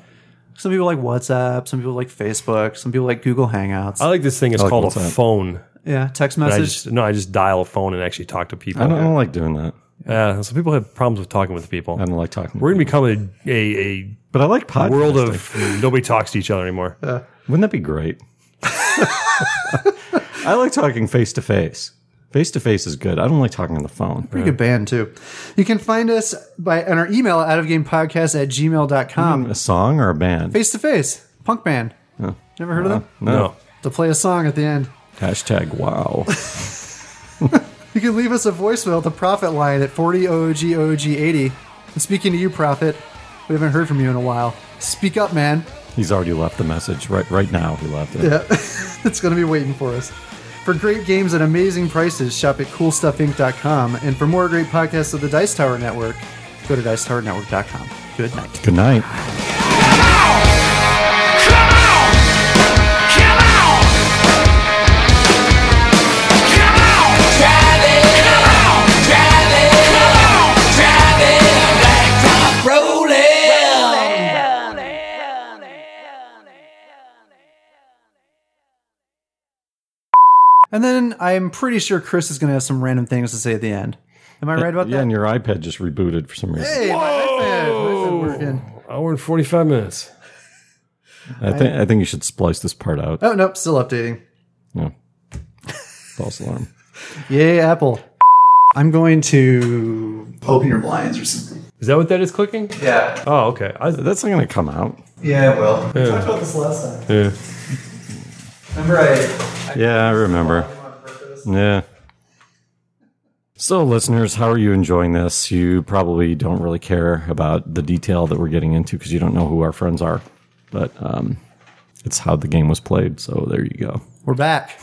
B: Some people like WhatsApp, some people like Facebook, some people like Google Hangouts.
D: I like this thing. It's
C: like
D: called a
C: WhatsApp.
D: phone.
B: yeah, text
D: Oh. I
B: message.
D: just no, I just dial a phone and actually talk to
C: I
D: people.
C: don't, I don't like doing that.
D: Yeah, so people have problems with talking with
C: I
D: people.
C: don't like talking.
D: We're gonna become a a,
C: but I like
D: a
C: podcasting.
D: world of nobody talks to each other anymore.
C: Wouldn't that be great? I like talking face to face. Face to face is good. I don't like talking on the phone.
B: Pretty good band too. You can find us by on our email out of game podcast at gmail.com.
D: Mm-hmm.
C: A song or a band?
B: Face to face, punk band. Never heard of them?
D: No.
B: To play a song at the end.
C: Hashtag wow.
B: You can leave us a voicemail at the profit line at 40 OG OG 80. And speaking to you, Prophet, we haven't heard from you in a while. Speak up, man.
C: He's already left the message right right now. He left it.
B: It's going to be waiting for us. For great games at amazing prices, shop at coolstuffinc.com. And for more great podcasts of the Dice Tower Network, go to dicetowernetwork.com. Good night.
C: Good night.
B: And then I'm pretty sure Chris is going to have some random things to say at the end. Am I right about
C: yeah,
B: that?
C: and your iPad just rebooted for some reason.
B: Hey, my iPad, my iPad working.
D: Hour and forty five minutes.
C: I think I think you should splice this part out.
B: Oh, nope, still updating.
C: No. False alarm.
B: Yay, Apple. I'm going to open your blinds or something.
D: Is that what that is clicking?
B: Yeah.
D: Oh, okay. I,
C: That's not going to come out.
B: Yeah, well. We talked about this last time.
C: Yeah.
B: Remember I
C: Yeah, I remember. Yeah. So, listeners, how are you enjoying this? You probably don't really care about the detail that we're getting into because you don't know who our friends are, but um, it's how the game was played. So there you go.
B: We're back.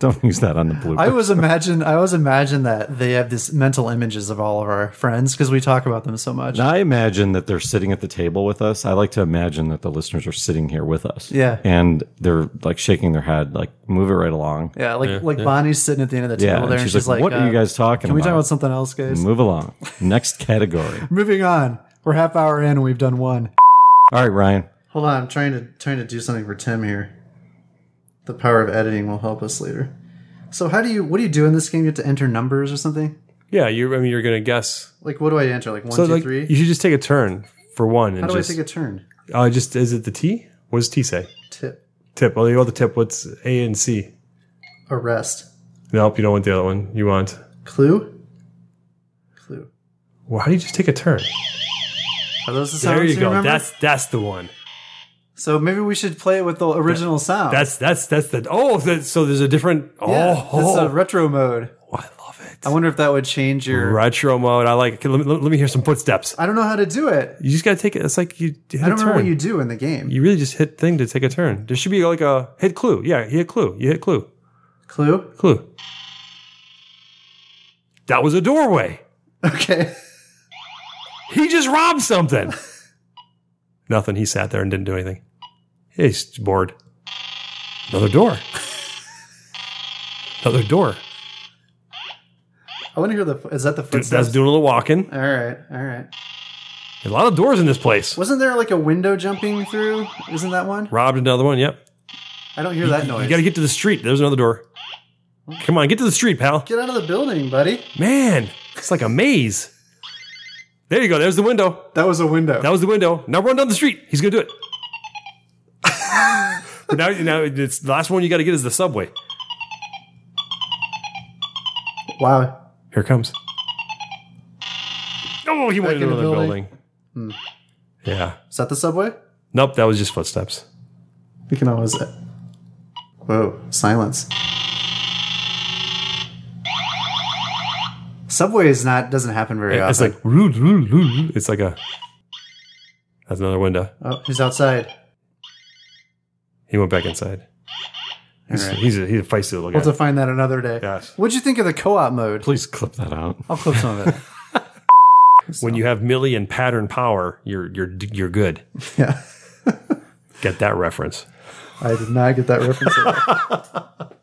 C: Don't use that on the blooper.
B: I was imagine I always imagine that they have this mental images of all of our friends because we talk about them so much.
C: I imagine that they're sitting at the table with us. I like to imagine that the listeners are sitting here with us.
B: Yeah.
C: And they're like shaking their head, like move it right along.
B: yeah, like like Bonnie's sitting at the end of the
C: Yeah,
B: table there,
C: and she's like, "What are you guys talking
B: uh, Can we talk
C: about?"
B: about something else, guys?
C: Move along. Next category.
B: Moving on. We're half hour in and we've done one.
C: All right, Ryan.
B: Hold on, I'm trying to trying to do something for Tim here. The power of editing will help us later. So how do you what do you do in this game? You have to enter numbers or something?
D: yeah, you. I mean, you're gonna guess.
B: Like what do I enter? Like one, two,
D: So
B: three.
D: like, you should just take a turn for one and
B: How do
D: just.
B: I take a turn?
D: Uh, just is it the T? What does T say?
B: Tip.
D: Tip. Well, you want the tip. What's A and C?
B: Arrest.
D: Nope, you don't want the other one. You want.
B: Clue? Clue.
D: Well, how do you just take a turn?
B: Are those the sounds
D: There you go.
B: remember?
D: That's that's the one.
B: So maybe we should play it with the original sound.
D: That's that's that's the. Oh, that, so there's a different.
B: Oh. yeah,
D: oh,
B: this is a retro mode.
D: I love it.
B: I wonder if that would change your.
D: Retro mode. I like. It. Okay, let, me, let me hear some footsteps.
B: I don't know how to do it.
D: You just gotta take it. It's like you hit
B: I don't
D: a turn.
B: remember what you do in the game.
D: You really just hit thing to take a turn. There should be like a hit clue. Yeah, you hit clue. You hit clue.
B: Clue.
D: Clue. That was a doorway.
B: Okay.
D: He just robbed something. Nothing. He sat there and didn't do anything. He's bored. Another door. Another door.
B: I want to hear the. Is that the
D: Dude, that's
B: footsteps?
D: doing a little walking.
B: all right. All right.
D: A lot of doors in this place.
B: Wasn't there like a window jumping through? Isn't that one?
D: Robbed another one. Yep.
B: Oh, I don't hear that
D: You-
B: noise.
D: You got to get to the street. There's another door. Come on, get to the street, pal.
B: Get out of the building, buddy.
D: Man, it's like a maze. There you go. There's the window.
B: That was a window.
D: That was the window. Now run down the street. He's gonna do it. but now, now it's the last one you got to get is the subway.
B: Wow.
D: Here it comes. Oh, he
B: Back
D: went into
B: in the
D: another building.
B: building. Hmm.
D: Yeah.
B: Is that the subway?
D: Nope, that was just footsteps.
B: We can always. Whoa! Silence. Subway is not doesn't happen very often.
D: It's like "Roo, roo, roo, roo." it's like a. That's another window.
B: oh, he's outside.
D: He went back inside. He's, he's, a, he's a feisty little guy.
B: We'll define that another day.
D: Yes.
B: What'd you think of the co-op mode?
C: Please clip that out.
B: I'll clip some of it.
D: when you have Millie and pattern power, you're you're you're good.
B: yeah.
D: Get that reference.
B: I did not get that reference. at all.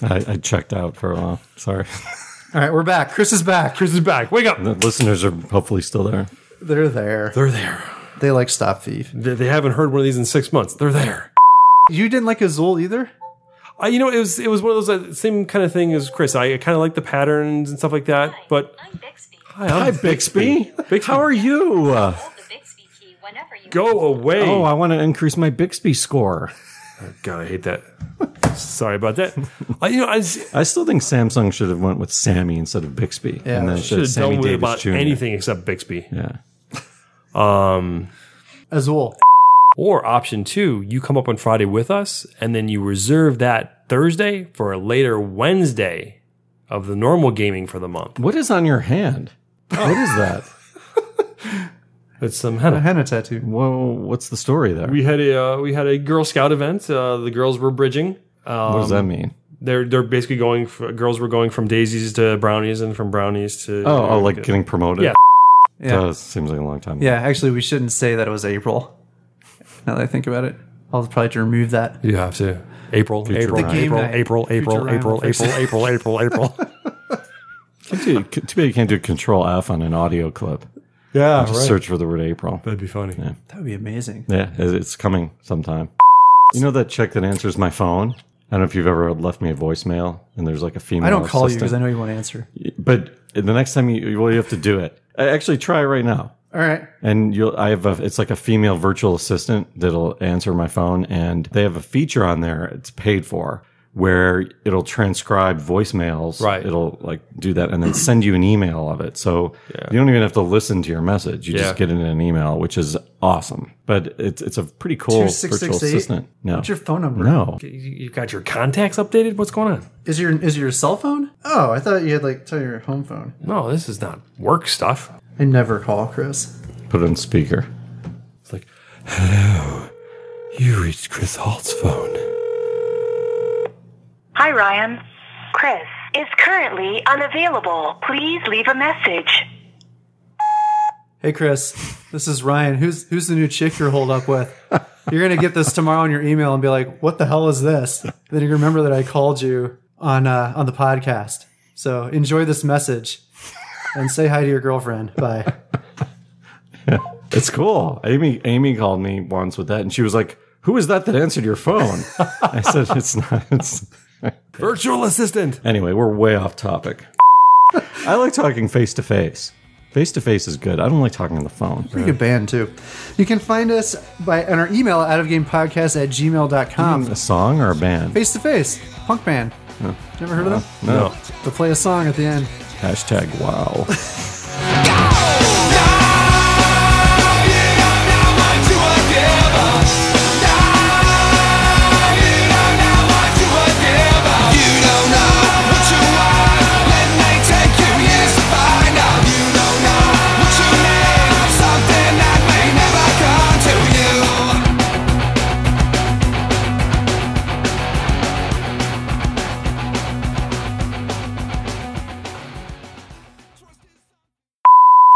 C: I, I checked out for a while. Sorry.
B: all right, we're back. Chris is back.
D: Chris is back. Wake up.
C: The listeners are hopefully still there.
B: They're there.
D: They're there.
B: They like Stop Thief.
D: They, they haven't heard one of these in six months. They're there.
B: You didn't like Azul either?
D: I, you know, it was it was one of those uh, same kind of thing as Chris. I kind of like the patterns and stuff like that, but
F: I'm Bixby.
C: Hi, Bixby. How are you? Uh,
F: Hold the Bixby key whenever you
D: go away.
C: oh, I want to increase my Bixby score.
D: God, I hate that. Sorry about that. I, you know, I should
C: I still think Samsung should have went with Sammy instead of Bixby.
B: Yeah,
C: and then should
D: have
C: Sammy
D: done with
C: Davis
D: about
C: Jr.
D: anything except Bixby.
C: Yeah.
B: Azul.
D: Or option two, you come up on Friday with us, and then you reserve that Thursday for a later Wednesday of the normal gaming for the month.
C: What is on your hand? What is that?
D: It's some henna.
B: A henna tattoo.
C: Whoa, what's the story there?
D: We had a uh, we had a Girl Scout event. Uh, the girls were bridging. Um,
C: what does that mean?
D: They're they're basically going. For, girls were going from daisies to brownies, and from brownies to
C: Oh, oh like getting promoted?
D: Yeah.
B: Yeah.
C: That seems like a long time ago.
B: Yeah, actually, we shouldn't say that it was April. Now that I think about it, I'll probably have to remove that.
D: You have to April, April,
C: The
B: game
D: April,
B: night.
D: April, April,
B: Futurama
D: April,
B: fix.
D: April, April, April, April.
C: Can't do- Too bad you can't do Control F on an audio clip.
D: yeah,
C: Just search for the word April.
D: That'd be funny.
B: That would be amazing.
C: Yeah, it- it's coming sometime. You know that chick that answers my phone? I don't know if you've ever left me a voicemail and there's like a female.
B: I don't call you
C: assistant.
B: because I know you won't answer.
C: But the next time you, well, you have to do it. Uh, Actually, try it right now.
B: All right.
C: And you'll, I have a, it's like a female virtual assistant that'll answer my phone and they have a feature on there. It's paid for where it'll transcribe voicemails.
D: Right.
C: It'll like do that and then send you an email of it. So you don't even have to listen to your message. You
D: Yeah.
C: just get it in an email, which is awesome. But it's, it's a pretty cool virtual
B: 2668?
C: assistant. No.
B: What's your phone number?
C: no.
D: You- You got your contacts updated? What's going on?
B: Is your is your cell phone? Oh, I thought you had like tell your home phone.
D: No, this is not work stuff.
B: I never call Chris.
C: Put it on speaker.
D: It's like, hello, you reached Chris Holt's phone.
G: Hi, Ryan.
F: Chris is currently unavailable. Please leave a message.
B: Hey Chris, this is Ryan. Who's who's the new chick you're holed up with? You're gonna get this tomorrow in your email and be like, "What the hell is this?" Then you remember that I called you on uh, on the podcast. So enjoy this message and say hi to your girlfriend. Bye.
C: It's cool. Amy Amy called me once with that, and she was like, "Who is that that answered your phone?" I said, "It's not." It's...
D: Virtual assistant.
C: Anyway, we're way off topic. I like talking face to face. Face to face is good. I don't like talking on the phone.
B: Pretty good band too. You can find us by on our email out of game podcast at gmail.com.
C: A song or a band?
B: Face to face, punk band. Never heard of them?
C: No.
B: They'll play a song at the end.
C: Hashtag wow.